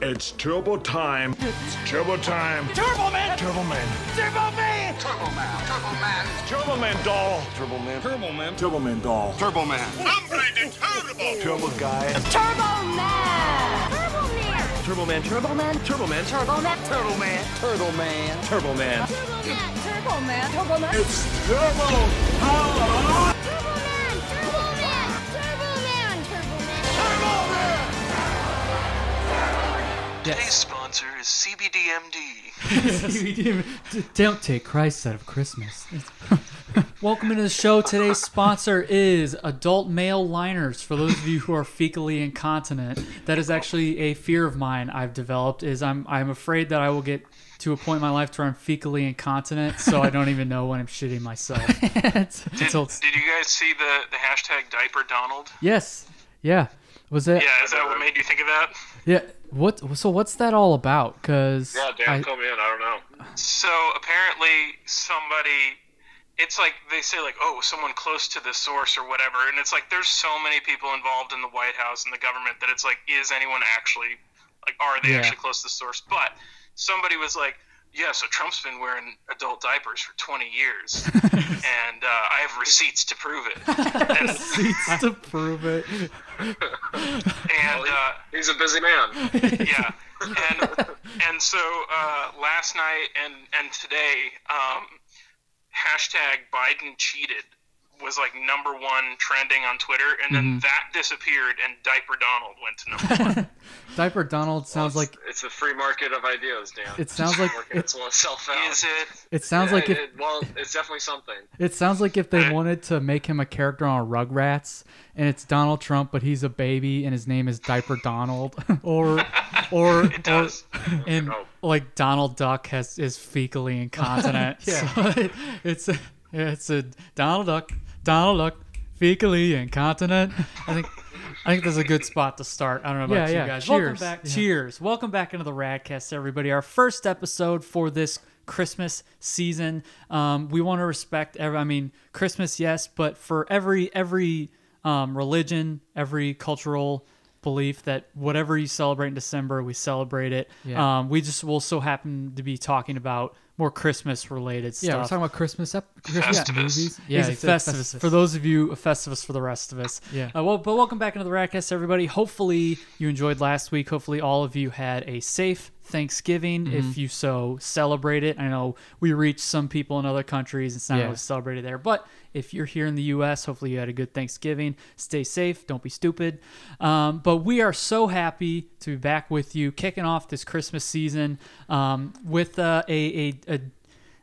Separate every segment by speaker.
Speaker 1: It's turbo time. It's turbo time.
Speaker 2: Turbo Man!
Speaker 1: Turbo Man.
Speaker 2: Turbo Man!
Speaker 3: Turbo Man. Turbo Man.
Speaker 1: Turbo Man doll.
Speaker 4: Turbo Man. Turbo Man.
Speaker 1: Turbo Man doll.
Speaker 3: Turbo Man. Hombre de Turbo.
Speaker 1: Turbo guy.
Speaker 5: Turbo Man! Turbo Man!
Speaker 4: Turbo Man. Turbo Man. Turbo Man.
Speaker 5: Turbo Man!
Speaker 3: Turbo Man.
Speaker 4: Turbo Man. Turbo Man.
Speaker 5: Turbo Man! Turbo Man! Turbo Man!
Speaker 1: It's turbo power.
Speaker 5: Turbo Man! Turbo Man! Turbo Man! Turbo Man!
Speaker 6: Today's sponsor is CBDMD.
Speaker 7: Don't take Christ out of Christmas. Welcome to the show. Today's sponsor is adult male liners. For those of you who are fecally incontinent, that is actually a fear of mine I've developed. Is I'm I'm afraid that I will get to a point in my life where I'm fecally incontinent, so I don't even know when I'm shitting myself.
Speaker 6: Did,
Speaker 7: Until it's-
Speaker 6: did you guys see the, the hashtag diaper Donald?
Speaker 7: yes, yeah, was it?
Speaker 6: Yeah, is that what made you think of that?
Speaker 7: Yeah. What? So what's that all about? Cause I-
Speaker 6: me in. I don't know. So apparently somebody, it's like they say like, oh, someone close to the source or whatever, and it's like there's so many people involved in the White House and the government that it's like, is anyone actually, like, are they
Speaker 7: Yeah.
Speaker 6: actually close to the source? But somebody was like, yeah, so Trump's been wearing adult diapers for 20 years, and uh, I have receipts to prove it.
Speaker 7: Seats to prove it.
Speaker 6: And uh,
Speaker 8: He's a busy man.
Speaker 6: yeah and and so uh, last night and and today um, hashtag biden cheated was like number one trending on twitter and then
Speaker 7: Mm-hmm.
Speaker 6: that disappeared and diaper donald went to number one
Speaker 7: Diaper Donald sounds like
Speaker 8: It's the free market of ideas, Dan.
Speaker 7: it sounds like
Speaker 8: Working
Speaker 7: it,
Speaker 8: itself out.
Speaker 6: is it
Speaker 7: it sounds like if
Speaker 8: it, it- well, it's definitely something.
Speaker 7: It sounds like if they wanted to make him a character on Rugrats, and it's Donald Trump, but he's a baby, and his name is Diaper Donald, or or or
Speaker 6: does.
Speaker 7: and
Speaker 8: Oh,
Speaker 7: like Donald Duck has is fecally incontinent. yeah, it's a, it's a Donald Duck, Donald Duck, fecally incontinent. I think. I think that's a good spot to start. I don't know
Speaker 9: Yeah,
Speaker 7: about you
Speaker 9: yeah.
Speaker 7: guys.
Speaker 9: Cheers.
Speaker 7: Welcome back. Cheers. Welcome back into the Radcast, everybody. Our first episode for this Christmas season. Um, we want to respect. Every, I mean, Christmas, yes, but for every every um, religion, every cultural belief that whatever you celebrate in December, we celebrate it.
Speaker 9: Yeah.
Speaker 7: Um, we just will so happen to be talking about more Christmas related
Speaker 9: Yeah, we're
Speaker 7: stuff.
Speaker 9: talking about Christmas up Christmas
Speaker 6: Festivus.
Speaker 9: movies.
Speaker 7: Yeah,
Speaker 9: it's a
Speaker 7: Festivus. For those of you, a Festivus for the rest of us.
Speaker 9: Yeah.
Speaker 7: Uh, well, but welcome back into the Radcast, everybody. Hopefully you enjoyed last week. Hopefully all of you had a safe Thanksgiving, if you so celebrate it. I know we reached some people in other countries. It's not
Speaker 9: Yeah.
Speaker 7: always celebrated there, but if you're here in the U.S., hopefully you had a good Thanksgiving. Stay safe. Don't be stupid. Um, but we are so happy to be back with you, kicking off this Christmas season um, with uh, a a, a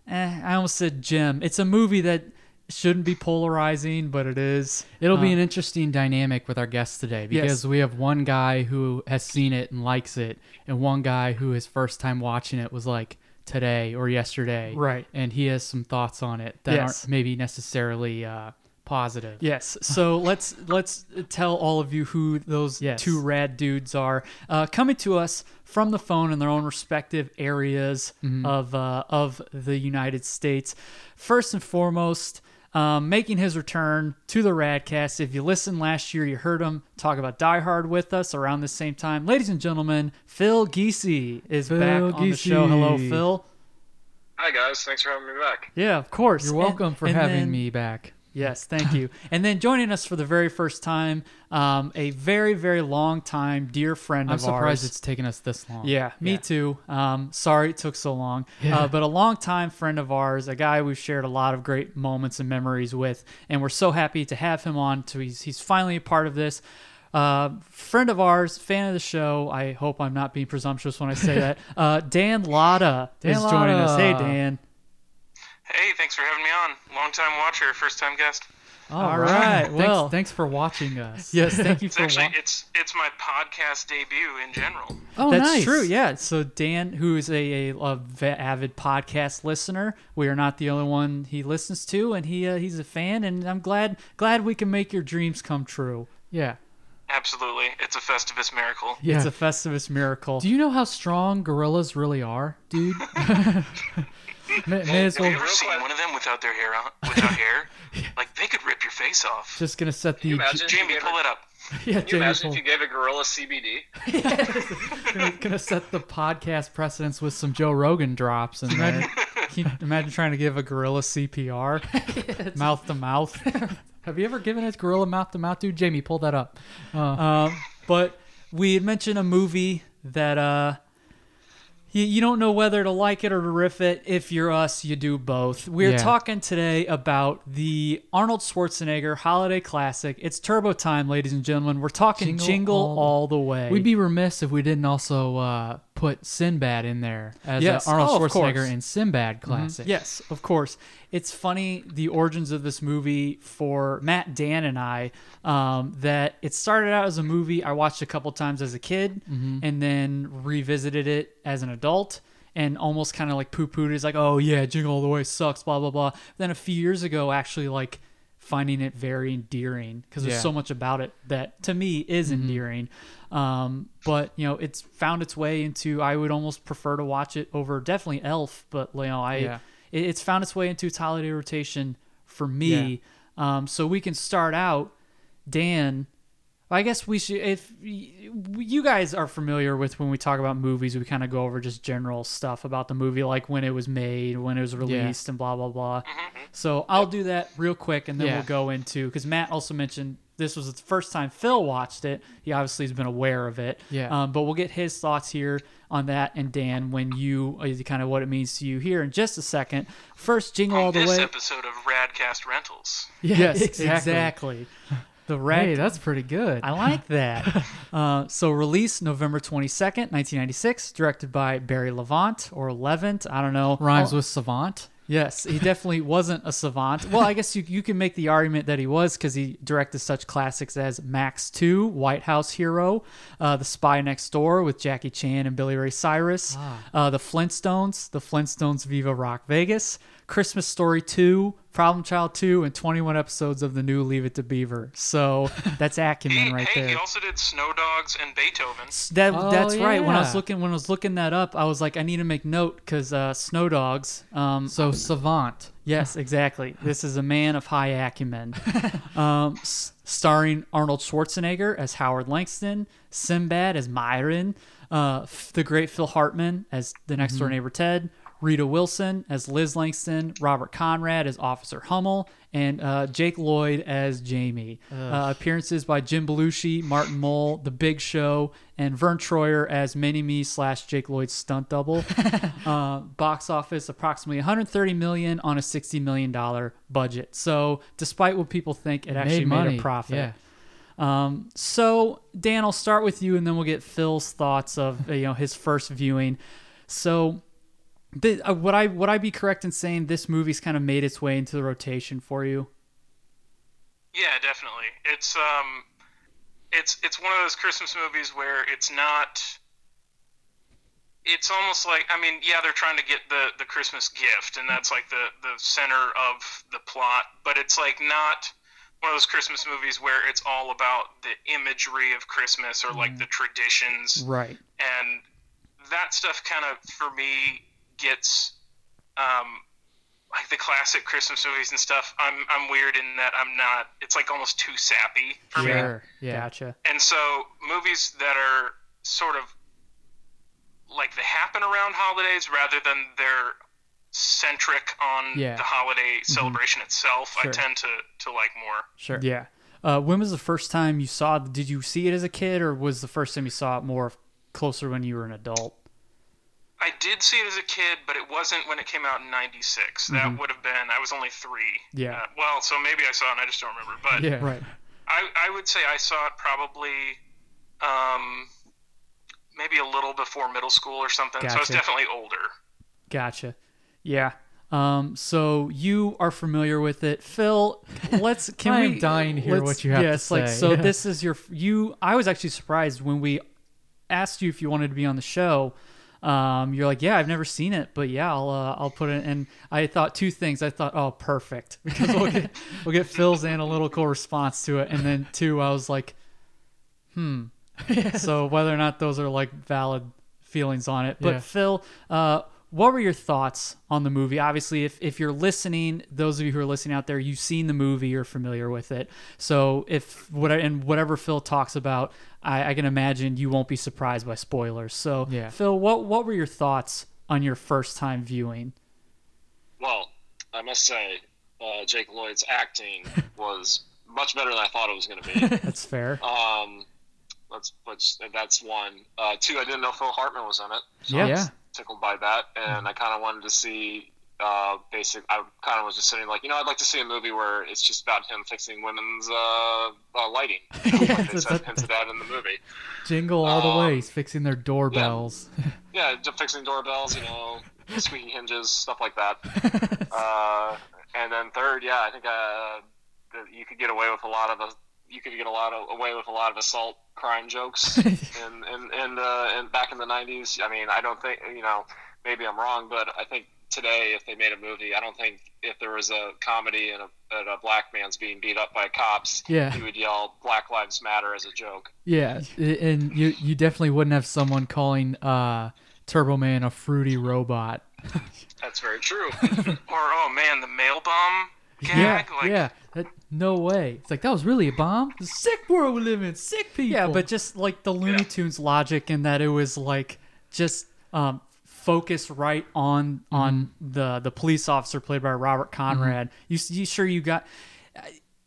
Speaker 7: eh, I almost said gem. It's a movie that shouldn't be polarizing, but it is.
Speaker 9: It'll be an interesting dynamic with our guests today because
Speaker 7: uh, Yes.
Speaker 9: we have one guy who has seen it and likes it, and one guy who his first time watching it was like today or yesterday,
Speaker 7: Right.
Speaker 9: And he has some thoughts on it that
Speaker 7: Yes.
Speaker 9: aren't maybe necessarily uh, positive.
Speaker 7: Yes. So let's let's tell all of you who those
Speaker 9: Yes.
Speaker 7: two rad dudes are uh, coming to us from the phone in their own respective areas
Speaker 9: Mm-hmm.
Speaker 7: of uh, of the United States. First and foremost. Um, making his return to the Radcast. If you listened last year, you heard him talk about Die Hard with us around the same time. Ladies and gentlemen, Phil Geesey is
Speaker 9: Phil
Speaker 7: back on the show. Hello,
Speaker 9: Geesey.
Speaker 7: Phil.
Speaker 8: Hi guys, thanks for having me back.
Speaker 7: Yeah, of course.
Speaker 9: You're
Speaker 7: And-
Speaker 9: welcome for
Speaker 7: and
Speaker 9: having
Speaker 7: then-
Speaker 9: me back.
Speaker 7: Yes, thank you. And then joining us for the very first time, um, a very, very long time dear friend
Speaker 9: I'm
Speaker 7: of
Speaker 9: surprised
Speaker 7: ours.
Speaker 9: it's taken us this long.
Speaker 7: yeah, me too. Um, sorry it took so long. Uh, but a long time friend of ours, a guy we've shared a lot of great moments and memories with, and we're so happy to have him on. To he's he's finally a part of this. Uh, friend of ours, fan of the show. I hope I'm not being presumptuous when I say that. Uh, Dan Latta is joining us. Hey,
Speaker 9: Latta.
Speaker 7: Dan.
Speaker 6: hey thanks for having me on long time watcher first time guest
Speaker 7: All right,
Speaker 9: Thanks,
Speaker 7: well.
Speaker 9: thanks for watching us.
Speaker 7: Yes, thank you
Speaker 6: it's
Speaker 7: for
Speaker 6: actually
Speaker 7: wa-
Speaker 6: it's it's my podcast debut in general
Speaker 9: Oh,
Speaker 7: That's
Speaker 9: nice.
Speaker 7: true. Yeah. So Dan, who is a, a, a v- avid podcast listener, we are not the only one he listens to, and he uh, he's a fan. And I'm glad glad we can make your dreams come true.
Speaker 9: Yeah.
Speaker 6: absolutely it's a festivus miracle
Speaker 9: Yeah.
Speaker 7: It's a Festivus miracle.
Speaker 9: Do you know how strong gorillas really are, dude? may, may as
Speaker 6: have you
Speaker 9: well
Speaker 6: ever seen one of them without their hair on without hair like they could rip your face off
Speaker 9: just gonna set the
Speaker 8: Imagine if
Speaker 6: jamie
Speaker 8: you ever-
Speaker 6: pull it up
Speaker 9: yeah,
Speaker 8: Can you
Speaker 9: Jamie
Speaker 8: imagine
Speaker 9: Foxx.
Speaker 8: if you gave a gorilla CBD?
Speaker 9: gonna, gonna set the podcast precedence with some Joe Rogan drops in there.
Speaker 7: Can you imagine trying to give a gorilla CPR, mouth to mouth.
Speaker 9: Have you ever given a gorilla mouth to mouth, dude? Jamie, pull that up.
Speaker 7: Um, But we had mentioned a movie that uh, you, you don't know whether to like it or to riff it. If you're us, you do both. We're
Speaker 9: Yeah.
Speaker 7: talking today about the Arnold Schwarzenegger holiday classic. It's Turbo Time, ladies and gentlemen. We're talking Jingle,
Speaker 9: Jingle
Speaker 7: all,
Speaker 9: all-
Speaker 7: the Way.
Speaker 9: We'd be remiss if we didn't also uh, put Sinbad in there as a
Speaker 7: Yes.
Speaker 9: Arnold
Speaker 7: Oh, of course. Mm-hmm.
Speaker 9: Schwarzenegger and Sinbad classic.
Speaker 7: Yes, of course. It's funny the origins of this movie for Matt Dan and I. Um, that it started out as a movie I watched a couple times as a kid,
Speaker 9: Mm-hmm.
Speaker 7: and then revisited it as an adult, and almost kind of like poo pooed. It's like, oh yeah, Jingle All the Way sucks, blah blah blah. Then a few years ago, actually like finding it very endearing because there's
Speaker 9: Yeah. Mm-hmm.
Speaker 7: so much about it that to me is endearing. Um, but you know, it's found its way into. I would almost prefer to watch it over definitely Elf, but you know, I
Speaker 9: Yeah.
Speaker 7: it, it's found its way into its holiday rotation for me. Um, so we can start out, Dan. I guess we should. If y- you guys are familiar with when we talk about movies, we kind of go over just general stuff about the movie, like when it was made, when it was released, and blah blah blah. So I'll do that real quick, and then
Speaker 9: Yeah.
Speaker 7: we'll go into because Matt also mentioned this was the first time Phil watched it. He obviously has been aware of it.
Speaker 9: Yeah.
Speaker 7: Um, but we'll get his thoughts here on that, and Dan, when you uh, kind of what it means to you here in just a second. First, jingle all
Speaker 6: on
Speaker 7: the
Speaker 6: this
Speaker 7: way.
Speaker 6: episode of Radcast Rentals.
Speaker 9: Yes,
Speaker 7: exactly.
Speaker 9: exactly.
Speaker 7: The
Speaker 9: Hey,
Speaker 7: rag
Speaker 9: that's pretty good.
Speaker 7: I like that. uh, so released November 22nd, 1996, directed by Barry Levant or Levant. I don't know.
Speaker 9: Rhymes
Speaker 7: Oh,
Speaker 9: with savant.
Speaker 7: Yes, he definitely wasn't a savant. Well, I guess you, you can make the argument that he was because he directed such classics as Max 2, White House Hero, uh, The Spy Next Door with Jackie Chan and Billy Ray Cyrus,
Speaker 9: Ah.
Speaker 7: uh, The Flintstones, The Flintstones Viva Rock Vegas, Christmas Story 2, Problem Child 2, and 21 episodes of the new Leave It to Beaver. So that's
Speaker 6: He,
Speaker 7: acumen right
Speaker 6: hey,
Speaker 7: there.
Speaker 6: he also did Snow Dogs and Beethoven.
Speaker 7: That,
Speaker 9: Oh,
Speaker 7: that's right. When I was
Speaker 9: yeah.
Speaker 7: looking when I was looking that up, I was like, I need to make note because uh, snow dogs. Um,
Speaker 9: So savant.
Speaker 7: yes, exactly. This is a man of high acumen. um, s- starring Arnold Schwarzenegger as Howard Langston, Sinbad as Myron, uh, f- the great Phil Hartman as the next door neighbor Ted, Rita Wilson as Liz Langston, Robert Conrad as Officer Hummel, and uh, Jake Lloyd as Jamie. Uh, appearances by Jim Belushi, Martin Mull, The Big Show, and Vern Troyer as Mini Me slash Jake Lloyd's stunt double. uh, box office approximately 130 million on a 60 million dollar budget. So, despite what people think, it actually
Speaker 9: made
Speaker 7: made,
Speaker 9: money.
Speaker 7: a profit.
Speaker 9: Yeah.
Speaker 7: So, Dan, I'll start with you, and then we'll get Phil's thoughts of uh, you know his first viewing. So, the, uh, would I would I be correct in saying this movie's kind of made its way into the rotation for you?
Speaker 6: Yeah, definitely. It's um, it's it's one of those Christmas movies where it's not. It's almost like I mean, yeah, they're trying to get the the Christmas gift, and that's like the the center of the plot. But it's like not one of those Christmas movies where it's all about the imagery of Christmas or like the traditions
Speaker 7: Right.
Speaker 6: and that stuff kind of for me gets um, like the classic Christmas movies and stuff. I'm I'm weird in that I'm not. It's like almost too sappy for me.
Speaker 9: Sure. Yeah.
Speaker 7: Gotcha.
Speaker 6: And so movies that are sort of like they happen around holidays rather than they're centric on
Speaker 9: Yeah.
Speaker 6: the holiday celebration itself, I tend to, to like more.
Speaker 9: Sure.
Speaker 7: Yeah. Uh, when was the first time you saw? Did you see it as a kid, or was the first time you saw it more of- closer when you were an adult?
Speaker 6: I did see it as a kid, but it wasn't when it came out in '96. That would have been I was only three.
Speaker 7: Mm-hmm. Yeah.
Speaker 6: Uh, well, so maybe I saw it and I just don't remember. But
Speaker 9: Yeah.
Speaker 7: Right.
Speaker 6: I, I would say I saw it probably, um, maybe a little before middle school or something. So I was
Speaker 7: Gotcha.
Speaker 6: definitely older.
Speaker 7: Gotcha. Yeah. Um, so you are familiar with it, Phil. Let's. Can
Speaker 9: I'm
Speaker 7: we?
Speaker 9: dying to hear
Speaker 7: let's-
Speaker 9: what you have to
Speaker 7: yes, like
Speaker 9: say.
Speaker 7: so.
Speaker 9: Yeah.
Speaker 7: This is your you. I was actually surprised when we asked you if you wanted to be on the show. Um, you're like, yeah, I've never seen it, but yeah, I'll uh, I'll put it. And I thought two things. I thought, oh, perfect, because we'll get we'll get Phil's analytical response to it, and then two, I was like, hmm. so whether or not those are like valid feelings on it but
Speaker 9: Yeah.
Speaker 7: phil uh what were your thoughts on the movie? Obviously, if, if you're listening, those of you who are listening out there, you've seen the movie, you're familiar with it. So if what and whatever Phil talks about, I, I can imagine you won't be surprised by spoilers. So
Speaker 9: Yeah.
Speaker 7: Phil, what what were your thoughts on your first time viewing?
Speaker 6: Well, I must say, uh, Jake Lloyd's acting was much better than I thought it was going to be.
Speaker 7: That's fair.
Speaker 6: Um, let's, let's, that's one. Uh, two, I didn't know Phil Hartman was in it. So
Speaker 9: Yeah.
Speaker 6: I was tickled by that, and I kind of wanted to see. Uh, basic. I kind of was just sitting like, you know, I'd like to see a movie where it's just about him fixing women's uh, uh, lighting.
Speaker 7: Yeah,
Speaker 6: like they
Speaker 7: that's-
Speaker 6: said, hinted at in the movie.
Speaker 7: Jingle all the way.
Speaker 6: um,
Speaker 7: He's fixing their doorbells.
Speaker 6: Yeah, just fixing doorbells, you know, squeaky hinges, stuff like that. Uh, and then third, yeah, I think uh, that you could get away with a lot of the, you could get a lot of away with a lot of assault crime jokes, and and and, uh, and back in the '90s, I mean, I don't think you know, maybe I'm wrong, but I think today if they made a movie, I don't think if there was a comedy and a, and a black man's being beat up by cops,
Speaker 9: Yeah.
Speaker 6: he would yell "Black Lives Matter" as a joke.
Speaker 9: Yeah, i- and you you definitely wouldn't have someone calling uh Turbo Man a fruity robot.
Speaker 6: That's very true.
Speaker 10: Or oh man, the mail bomb
Speaker 9: Yeah,
Speaker 10: gag. like,
Speaker 9: yeah. That, no way. It's like that was really a bomb. The sick world we live in. Sick people.
Speaker 7: Yeah, but just like the Looney Tunes logic in that it was like just um, focus right on on
Speaker 9: Mm-hmm.
Speaker 7: the the police officer played by Robert Conrad. You s You sure you got?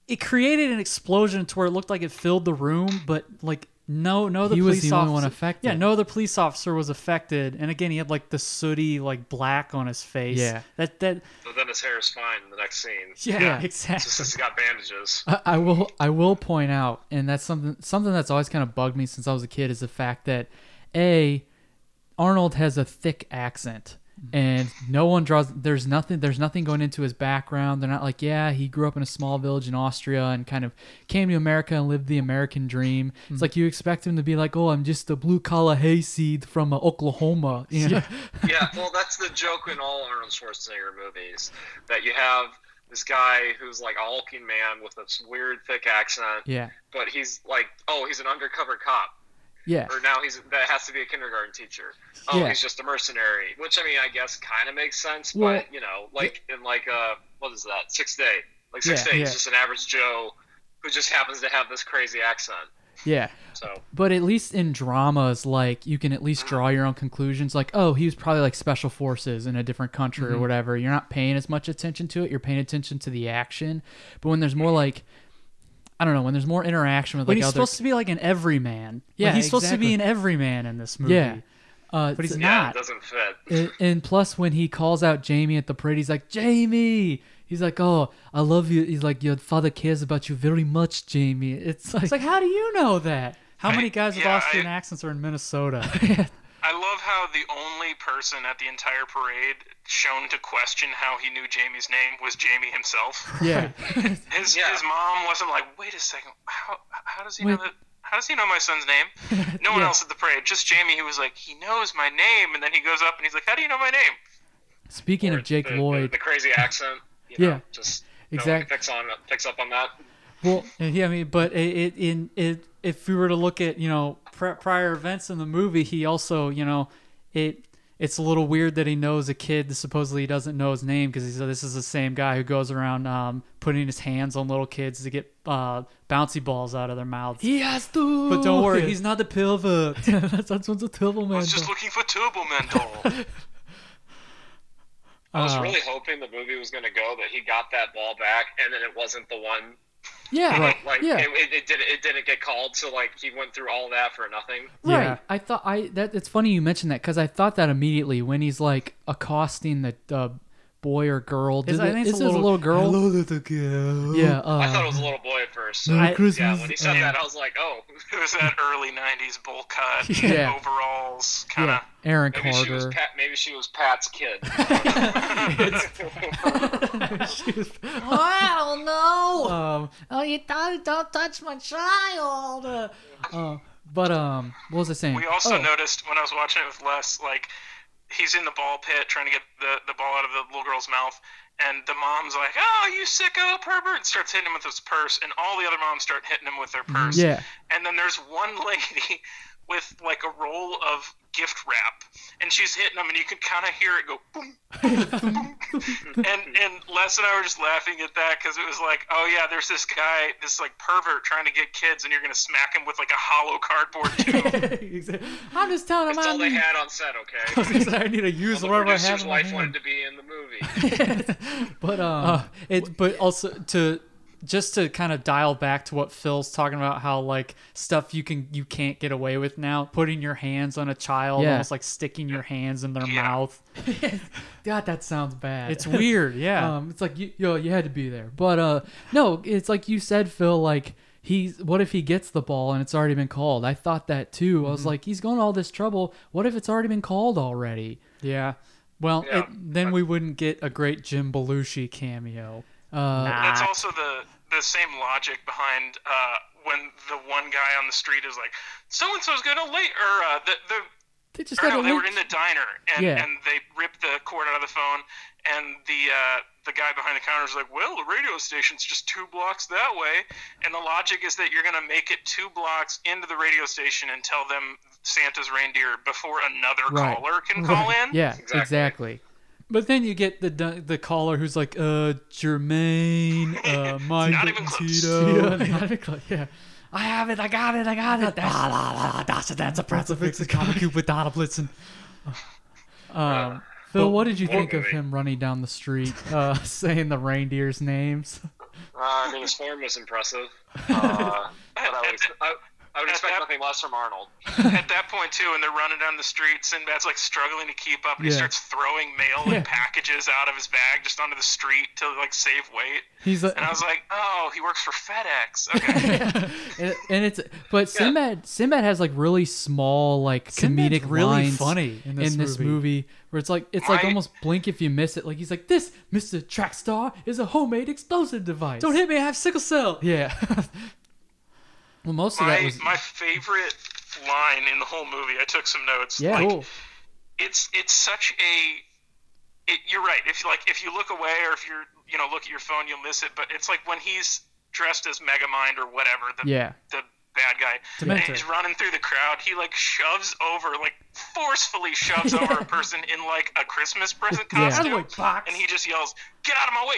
Speaker 7: It created an explosion to where it looked like it filled the room, but like no no the
Speaker 9: He was
Speaker 7: police
Speaker 9: the
Speaker 7: officer
Speaker 9: only one affected.
Speaker 7: Yeah, no other police officer was affected, and again he had like the sooty like black on his face.
Speaker 9: Yeah.
Speaker 7: that that
Speaker 6: but then his hair is fine in the next scene.
Speaker 7: yeah,
Speaker 9: Yeah.
Speaker 7: exactly.
Speaker 6: Just he's got bandages.
Speaker 9: I, I will I will point out, and that's something something that's always kind of bugged me since I was a kid is the fact that a Arnold has a thick accent,
Speaker 7: Mm-hmm.
Speaker 9: and no one draws. There's nothing. There's nothing going into his background. They're not like, yeah, he grew up in a small village in Austria and kind of came to America and lived the American dream.
Speaker 7: Hmm.
Speaker 9: It's like you expect him to be like, oh, I'm just a blue collar hayseed from uh, Oklahoma. You know?
Speaker 6: yeah, well, that's the joke in all Arnold Schwarzenegger movies that you have this guy who's like a hulking man with this weird thick accent,
Speaker 9: yeah,
Speaker 6: but he's like, oh, he's an undercover cop,
Speaker 9: yeah,
Speaker 6: or now he's that has to be a kindergarten teacher. Oh,
Speaker 9: Yeah.
Speaker 6: he's just a mercenary, which I mean, I guess kind of makes sense,
Speaker 9: Well-
Speaker 6: but you know, like in like uh, what is that? Six Day, like Six
Speaker 9: Yeah,
Speaker 6: Day, he's
Speaker 9: yeah.
Speaker 6: just an average Joe who just happens to have this crazy accent.
Speaker 9: yeah.
Speaker 6: So
Speaker 9: But at least in dramas, like you can at least draw your own conclusions. Like, oh, he was probably like special forces in a different country
Speaker 7: Mm-hmm.
Speaker 9: or whatever. You're not paying as much attention to it. You're paying attention to the action. But when there's more like, I don't know, when there's more interaction with
Speaker 7: But
Speaker 9: like
Speaker 7: Mm-hmm. he's
Speaker 9: other,
Speaker 7: supposed to be like an everyman.
Speaker 9: Yeah,
Speaker 7: like, he's supposed to
Speaker 9: exactly.
Speaker 7: be an everyman in this movie.
Speaker 9: yeah, uh,
Speaker 7: but he's
Speaker 9: so-
Speaker 6: yeah,
Speaker 7: not.
Speaker 6: it doesn't fit.
Speaker 9: and, and plus when he calls out Jamie at the parade, he's like, Jamie. He's like, oh, I love you. He's like, your father cares about you very much, Jamie. It's like,
Speaker 7: It's like, how do you know that? How many guys with
Speaker 10: yeah,
Speaker 7: Austrian
Speaker 10: I-
Speaker 7: accents are in Minnesota?
Speaker 10: I love how the only person at the entire parade shown to question how he knew Jamie's name was Jamie himself.
Speaker 9: yeah,
Speaker 10: His
Speaker 6: Yeah.
Speaker 10: his mom wasn't like, wait a second, how how does he know
Speaker 9: Wait.
Speaker 10: that? How does he know my son's name? No one else at the parade, just Jamie. He was like, he knows my name, and then he goes up and he's like, how do you know my name?
Speaker 9: Speaking of Jake
Speaker 6: the,
Speaker 9: Lloyd,
Speaker 6: the, the crazy accent. You know,
Speaker 9: Yeah.
Speaker 6: just
Speaker 9: Exact-
Speaker 6: exactly. Picks on picks up on that.
Speaker 7: well, yeah, I mean, but it, it in it if we were to look at you know pr- prior events in the movie, he also you know it. It's a little weird that he knows a kid that supposedly he doesn't know his name because he's this is the same guy who goes around um, putting his hands on little kids to get uh, bouncy balls out of their mouths.
Speaker 9: he has to.
Speaker 7: But don't worry, he's not the pilvot.
Speaker 9: that's that's what's a terrible man.
Speaker 10: He's just looking for Turbo Mental.
Speaker 6: I
Speaker 9: Uh,
Speaker 6: was really hoping the movie was going to go that he got that ball back, and then it wasn't the one.
Speaker 9: yeah,
Speaker 6: Like
Speaker 9: yeah,
Speaker 6: it, it, it didn't it didn't get called, so like he went through all that for nothing.
Speaker 9: right.
Speaker 7: Yeah.
Speaker 9: I thought I that it's funny you mentioned that because I thought that immediately when he's like accosting the uh, boy or girl. Did
Speaker 7: It's- I
Speaker 9: it-
Speaker 7: think it's
Speaker 9: is
Speaker 7: a
Speaker 9: it a
Speaker 7: little-
Speaker 9: little girl?
Speaker 11: little girl.
Speaker 9: Yeah,
Speaker 6: I thought it
Speaker 9: uh,
Speaker 6: was a little boy at first. So,
Speaker 9: Merry
Speaker 6: yeah, when he
Speaker 9: Christmas.
Speaker 6: said that, I was like, oh,
Speaker 10: it was that early '90s bowl cut, and
Speaker 9: Yeah.
Speaker 10: overalls, kind of.
Speaker 9: yeah, Aaron
Speaker 6: maybe she was
Speaker 9: Carter.
Speaker 6: Pat, maybe she was Pat's kid.
Speaker 9: I don't know. Um, oh, you don't, don't touch my child. Uh, uh, but um, what was I saying?
Speaker 10: We also
Speaker 9: oh,
Speaker 10: noticed when I was watching it with Les, like he's in the ball pit trying to get the, the ball out of the little girl's mouth, and the mom's like, "Oh, you sicko, pervert!" and starts hitting him with his purse, and all the other moms start hitting him with their purse.
Speaker 9: Yeah.
Speaker 10: And then there's one lady with like a roll of gift wrap, and
Speaker 6: and she's hitting them, and you could kind of hear it go boom, boom, boom. and and Les and I were just laughing at that because it was like, oh yeah, there's this guy, this like pervert trying to get kids, and you're gonna smack him with like a hollow cardboard tube.
Speaker 7: I'm just telling him
Speaker 8: That's all
Speaker 7: I
Speaker 8: they
Speaker 7: need,
Speaker 8: had on set, okay?
Speaker 7: I need to use
Speaker 8: the
Speaker 7: whatever I have
Speaker 8: producer's
Speaker 7: in my
Speaker 8: wife
Speaker 7: hand.
Speaker 8: wanted to be in the movie.
Speaker 7: But um, it but also to just to kind of dial back to what Phil's talking about, how like stuff you can you can't get away with now, putting your hands on a child,
Speaker 9: Yeah.
Speaker 7: almost like sticking your hands in their
Speaker 6: Yeah.
Speaker 7: mouth.
Speaker 9: God, that sounds bad.
Speaker 7: It's weird, yeah.
Speaker 9: um, it's like you, yo, you had to be there. But uh, no, it's like you said, Phil. Like he's, what if he gets the ball and it's already been called? I thought that too. I was like, he's going to all this trouble. What if it's already been called already?
Speaker 7: yeah. Well,
Speaker 6: Yeah.
Speaker 7: It, then we wouldn't get a great Jim Belushi cameo. Uh,
Speaker 6: That's also the the same logic behind uh, when the one guy on the street is like, so and so's gonna late or uh, the the
Speaker 9: They just
Speaker 6: or
Speaker 9: got
Speaker 6: no,
Speaker 9: to
Speaker 6: they were
Speaker 9: link.
Speaker 6: in the diner and,
Speaker 9: Yeah.
Speaker 6: and they ripped the cord out of the phone and the uh, the guy behind the counter is like, well, the radio station's just two blocks that way, and the logic is that you're gonna make it two blocks into the radio station and tell them Santa's reindeer before another
Speaker 9: Right.
Speaker 6: caller can call in.
Speaker 9: yeah,
Speaker 8: Exactly.
Speaker 9: exactly.
Speaker 7: But then you get the the caller who's like, uh, Jermaine, uh, Mike,
Speaker 6: Not even close.
Speaker 7: Tito.
Speaker 9: yeah. I have it. I got it. I got it. That's-
Speaker 7: That's a, that's a prefix. It's comic with Donna Blitzen.
Speaker 9: Um,
Speaker 7: Uh,
Speaker 9: Phil, what did you
Speaker 8: What
Speaker 9: think of
Speaker 8: movie?
Speaker 9: him running down the street, uh, saying the reindeer's names?
Speaker 8: Uh, I mean, his form was impressive. Uh, but I would, ex- I, I would expect nothing less from Arnold.
Speaker 6: At that point too, when they're running down the street, Sinbad's like struggling to keep up, and he
Speaker 9: Yeah.
Speaker 6: starts throwing mail
Speaker 9: Yeah.
Speaker 6: and packages out of his bag just onto the street to like save weight.
Speaker 9: He's like,
Speaker 6: And I was like, oh, he works for FedEx. Okay,
Speaker 9: and Uh, and it's but Sinbad Sinbad has like really small like
Speaker 7: Sinbad's
Speaker 9: comedic
Speaker 7: really
Speaker 9: lines
Speaker 7: funny in this movie.
Speaker 9: where it's like it's like
Speaker 6: My-
Speaker 9: almost blink if you miss it like he's like this Mr. Track Star is a homemade explosive device
Speaker 7: Don't hit me, I have sickle cell.
Speaker 9: yeah well most of
Speaker 6: my
Speaker 9: that was
Speaker 6: my favorite line in the whole movie. I took some notes.
Speaker 9: yeah
Speaker 6: like,
Speaker 9: cool.
Speaker 6: it's it's such a it, you're right if like if you look away or if you're you know look at your phone you'll miss it but it's like when he's dressed as megamind or whatever the,
Speaker 9: Yeah.
Speaker 6: the bad guy and
Speaker 9: Dementor.
Speaker 6: he's running through the crowd he like shoves over like forcefully shoves over a person in like a christmas present
Speaker 9: Yeah. Out of
Speaker 6: costume
Speaker 9: the way, box.
Speaker 6: and he just yells get out of my way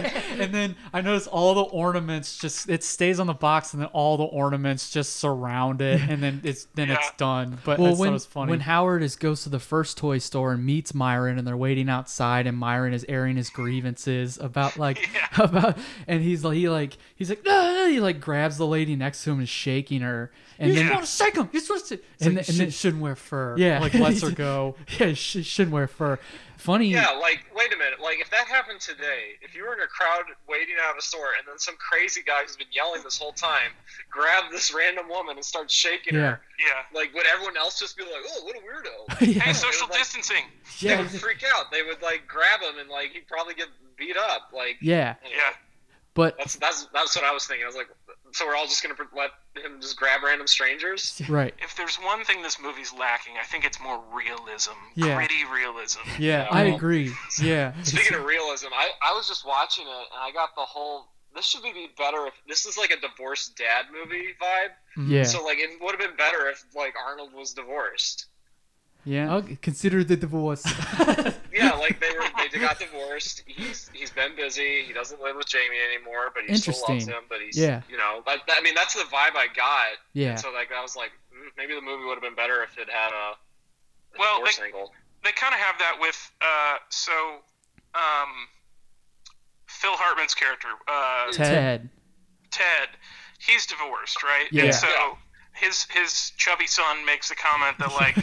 Speaker 6: box
Speaker 7: And then I notice all the ornaments just it stays on the box, and then all the ornaments just surround it, and then it's then it's
Speaker 6: Yeah.
Speaker 7: done. But I
Speaker 9: well
Speaker 7: just thought it
Speaker 9: when
Speaker 7: was funny.
Speaker 9: when Howard is goes to the first toy store and meets Myron and they're waiting outside and Myron is airing his grievances about like about and he's like he like he's like "Ah," he like grabs the lady next to him and is shaking her and
Speaker 7: you
Speaker 9: then
Speaker 7: just want to shake him. You just want to.
Speaker 9: And
Speaker 7: And,
Speaker 9: then-
Speaker 7: like,
Speaker 9: and then-
Speaker 7: she shouldn't wear fur.
Speaker 9: Yeah.
Speaker 7: like lets her go.
Speaker 9: Yeah, she shouldn't wear fur. Funny.
Speaker 8: Yeah, like, wait a minute. Like, if that happened today, if you were in a crowd waiting out of a store and then some crazy guy who's been yelling this whole time grabbed this random woman and started shaking
Speaker 9: Yeah.
Speaker 8: her,
Speaker 6: yeah
Speaker 8: like, would everyone else just be like, oh, what a weirdo?
Speaker 6: hey
Speaker 9: yeah.
Speaker 6: social
Speaker 8: Like-
Speaker 6: distancing
Speaker 8: they
Speaker 9: Yeah.
Speaker 8: would freak out. They would, like, grab him and, like, he'd probably get beat up. Like,
Speaker 9: yeah.
Speaker 6: yeah
Speaker 9: But
Speaker 8: That's that's that's what I was thinking. I was like, so we're all just gonna pre- let him just grab random strangers?
Speaker 9: right.
Speaker 6: if there's one thing this movie's lacking i think it's more realism
Speaker 9: Yeah.
Speaker 6: gritty realism
Speaker 7: Yeah,
Speaker 9: I
Speaker 7: I,
Speaker 9: agree. Yeah.
Speaker 8: Speaking of realism, I, I was just watching it and I got the whole. This should be better if this is like a divorced dad movie vibe.
Speaker 9: Yeah.
Speaker 8: So like it would have been better if like Arnold was divorced.
Speaker 7: yeah.
Speaker 9: I'll consider the divorce.
Speaker 8: Yeah, like they were they got divorced. He's he's been busy. He doesn't live with Jamie anymore, but he still loves
Speaker 9: Interesting.
Speaker 8: him. But he's
Speaker 9: Yeah.
Speaker 8: you know. But I mean that's the vibe I got.
Speaker 9: Yeah.
Speaker 8: So like I was like mm, maybe the movie would have been better if it had a, a
Speaker 6: Well,
Speaker 8: divorce
Speaker 6: like-
Speaker 8: angle.
Speaker 6: they kind of have that with uh, so um, Phil Hartman's character uh,
Speaker 9: Ted.
Speaker 6: Ted. He's divorced, right?
Speaker 9: Yeah.
Speaker 6: And so his his chubby son makes a comment that like,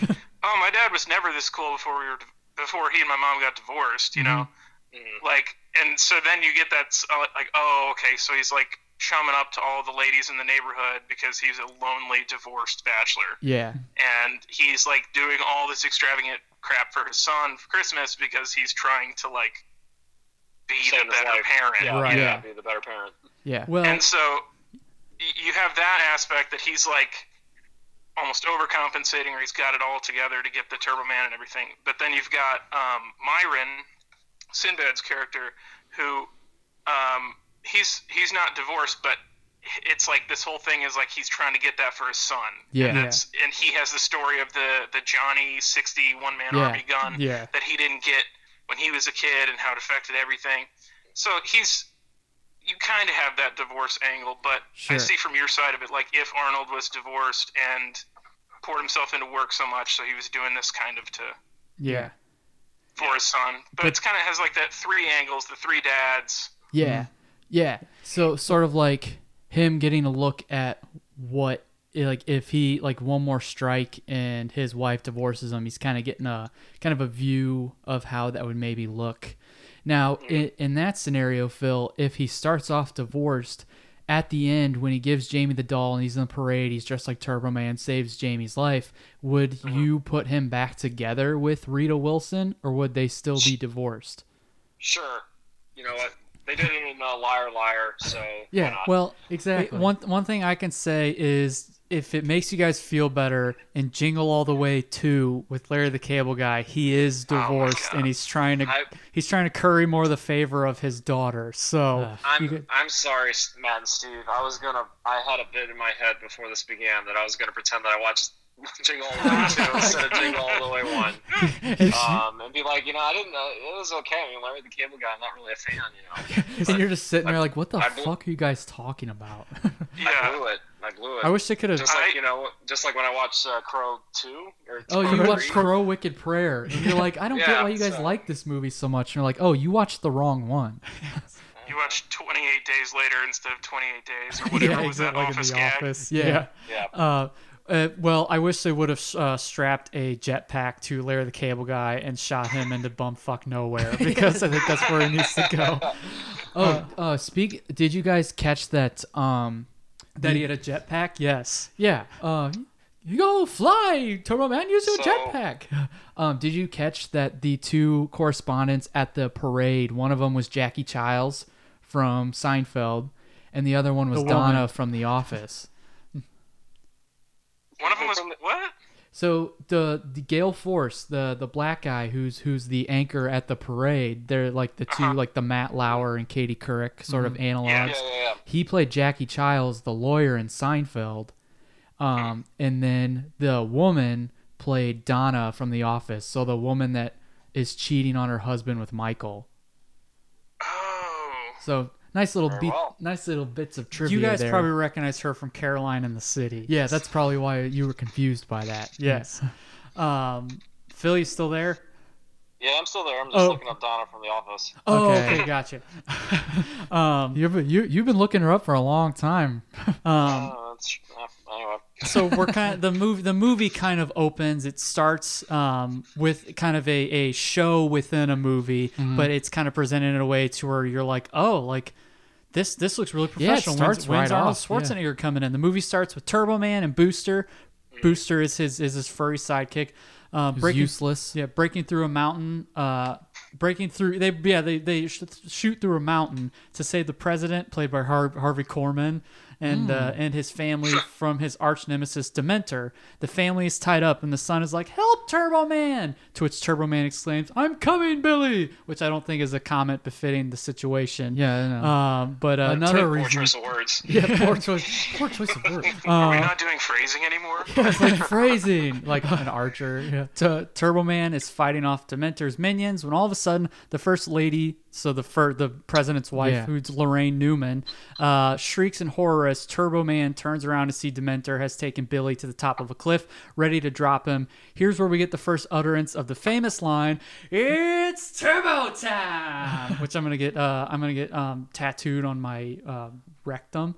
Speaker 6: "Oh, my dad was never this cool before we were before he and my mom got divorced," you know.
Speaker 8: Mm-hmm.
Speaker 6: Like, and so then you get that uh, like, "Oh, okay," so he's like chumming up to all the ladies in the neighborhood because he's a lonely divorced bachelor
Speaker 9: Yeah.
Speaker 6: and he's like doing all this extravagant crap for his son for Christmas because he's trying to like be
Speaker 8: Save
Speaker 6: the
Speaker 8: his
Speaker 6: better
Speaker 8: life.
Speaker 6: parent.
Speaker 8: Yeah,
Speaker 9: Right.
Speaker 8: yeah,
Speaker 9: Yeah.
Speaker 8: be the better parent.
Speaker 9: Yeah.
Speaker 7: Well,
Speaker 6: And so y- you have that aspect that he's like almost overcompensating or he's got it all together to get the Turbo Man and everything. But then you've got um, Myron, Sinbad's character, who um, he's he's not divorced, but it's like this whole thing is like he's trying to get that for his son.
Speaker 9: Yeah.
Speaker 6: And, that's, and he has the story of the the Johnny sixty one man
Speaker 9: Yeah,
Speaker 6: army gun
Speaker 9: yeah.
Speaker 6: that he didn't get when he was a kid and how it affected everything. So he's you kind of have that divorce angle, but I
Speaker 9: Sure.
Speaker 6: see from your side of it, like if Arnold was divorced and poured himself into work so much, so he was doing this kind of to
Speaker 9: Yeah.
Speaker 6: for his son. But, it's kind of has like that three angles, the three dads.
Speaker 9: Yeah.
Speaker 8: Mm-hmm.
Speaker 9: Yeah. So sort of like him getting a look at what eh, like if he like one more strike and his wife divorces him, he's kind of getting a kind of a view of how that would maybe look. Now,
Speaker 8: Mm-hmm.
Speaker 9: in, in that scenario, Phil, if he starts off divorced, at the end when he gives Jamie the doll and he's in the parade, he's dressed like Turbo Man, saves Jamie's life, would you put him back together with Rita Wilson or would they still be divorced?
Speaker 8: Sure. You know what? They did it in uh, Liar Liar, so why
Speaker 9: Yeah,
Speaker 8: not?
Speaker 9: well,
Speaker 7: Exactly.
Speaker 9: One one thing I can say is if it makes you guys feel better and Jingle All the Way too with Larry the Cable Guy, he is divorced and he's trying to
Speaker 8: Oh I-
Speaker 9: he's trying to curry more of the favor of his daughter. So
Speaker 8: I'm
Speaker 9: you could-
Speaker 8: I'm sorry, S- Matt and Steve. I was gonna I had a bit in my head before this began that I was gonna pretend that I watched Jingle All the Way Two instead of Jingle All the Way One, um, and be like, you know, I didn't. Uh, it was okay. I mean, Larry the Cable Guy, I'm not really a fan. You know,
Speaker 9: and you're just sitting there like, what the
Speaker 8: I bel-
Speaker 9: fuck are you guys talking about?
Speaker 8: I
Speaker 6: Yeah.
Speaker 8: blew it. I blew it.
Speaker 9: I wish they could have.
Speaker 8: just like
Speaker 6: I-
Speaker 8: you know, just like when I watched uh, Crow Two or
Speaker 9: Oh, you
Speaker 8: Crow
Speaker 9: watched
Speaker 8: three.
Speaker 9: Crow Wicked Prayer, and you're like, I don't get
Speaker 8: Yeah,
Speaker 9: why you guys
Speaker 8: so-
Speaker 9: like this movie so much. And you're like, oh, you watched the wrong one.
Speaker 6: You watch 28 Days Later instead of 28 Days or whatever was that
Speaker 7: exactly, like in
Speaker 6: office
Speaker 7: The
Speaker 6: gag.
Speaker 7: Office.
Speaker 9: Yeah.
Speaker 8: Yeah.
Speaker 9: Uh, uh, well, I wish they would have uh, strapped a jetpack to Larry the Cable Guy and shot him into bumfuck nowhere because I think that's where he needs to go.
Speaker 7: Oh,
Speaker 9: Uh, speak. Did you guys catch that? Um,
Speaker 7: that he had a jetpack.
Speaker 9: yes. Yeah. Uh, you go fly, Turbo Man. Use your
Speaker 8: So-
Speaker 9: jetpack. Um, did you catch that the two correspondents at the parade? One of them was Jackie Childs from Seinfeld, and the other one was
Speaker 7: woman.
Speaker 9: Donna from The Office.
Speaker 6: One of them was what?
Speaker 9: So the, the Gale Force, the the black guy who's who's the anchor at the parade, they're like the
Speaker 7: Uh-huh.
Speaker 9: 2 like the Matt Lauer and Katie Couric sort of analogs.
Speaker 8: Mm-hmm. Yeah, yeah, yeah.
Speaker 9: He played Jackie Childs, the lawyer in Seinfeld,
Speaker 8: Mm-hmm.
Speaker 9: um, and then the woman played Donna from The Office. So the woman that is cheating on her husband with Michael.
Speaker 6: Oh,
Speaker 9: So nice little beat,
Speaker 8: well.
Speaker 9: nice little bits of trivia.
Speaker 7: You guys
Speaker 9: there.
Speaker 7: probably recognize her from Caroline in the City.
Speaker 9: yeah, that's probably why you were confused by that.
Speaker 7: yes. Um, Phil, you still there?
Speaker 8: Yeah, I'm still there. I'm just
Speaker 7: Oh.
Speaker 8: looking up Donna from The Office.
Speaker 7: Oh,
Speaker 9: Okay.
Speaker 7: okay, gotcha. um,
Speaker 9: You've been, you, you've been looking her up for a long time.
Speaker 8: Uh, that's, uh, anyway,
Speaker 7: so we're kind of the movie the movie kind of opens it starts um, with kind of a, a show within a movie
Speaker 9: Mm-hmm.
Speaker 7: but it's kind of presented in a way to where you're like oh like this this looks really
Speaker 9: Yeah, it
Speaker 7: professional
Speaker 9: starts
Speaker 7: when's,
Speaker 9: right
Speaker 7: when's arnold
Speaker 9: off, yeah.
Speaker 7: schwarzenegger coming in the movie starts with turbo man and booster booster is his is his furry sidekick uh,
Speaker 9: It's
Speaker 7: breaking
Speaker 9: useless.
Speaker 7: yeah, breaking through a mountain. Uh, breaking through. They yeah they they sh- shoot through a mountain to save the president, played by Har- Harvey Korman, and uh, and his family from his arch nemesis Dementor. The family is tied up, and the son is like, "Help, Turbo Man!" To which Turbo Man exclaims, "I'm coming, Billy!" Which I don't think is a comment befitting the situation.
Speaker 9: Yeah, I know.
Speaker 7: Um, but uh,
Speaker 9: Another
Speaker 7: Tur-
Speaker 9: reason-
Speaker 8: poor choice of words.
Speaker 9: Yeah, poor choice, poor choice of word.
Speaker 6: are we not doing phrasing anymore?
Speaker 7: It's like phrasing.
Speaker 9: Like an archer. Yeah.
Speaker 7: Tu- Turbo Man is fighting off Dementor's minions when all of a sudden the first lady, so the fir- the president's wife,
Speaker 9: Yeah.
Speaker 7: who's Lorraine Newman, uh, shrieks in horror as Turbo Man turns around to see Dementor has taken Billy to the top of a cliff, ready to drop him. Here's where we get the first utterance of the famous line, "It's Turbo Time," which I'm gonna get uh, I'm gonna get um, tattooed on my uh, rectum.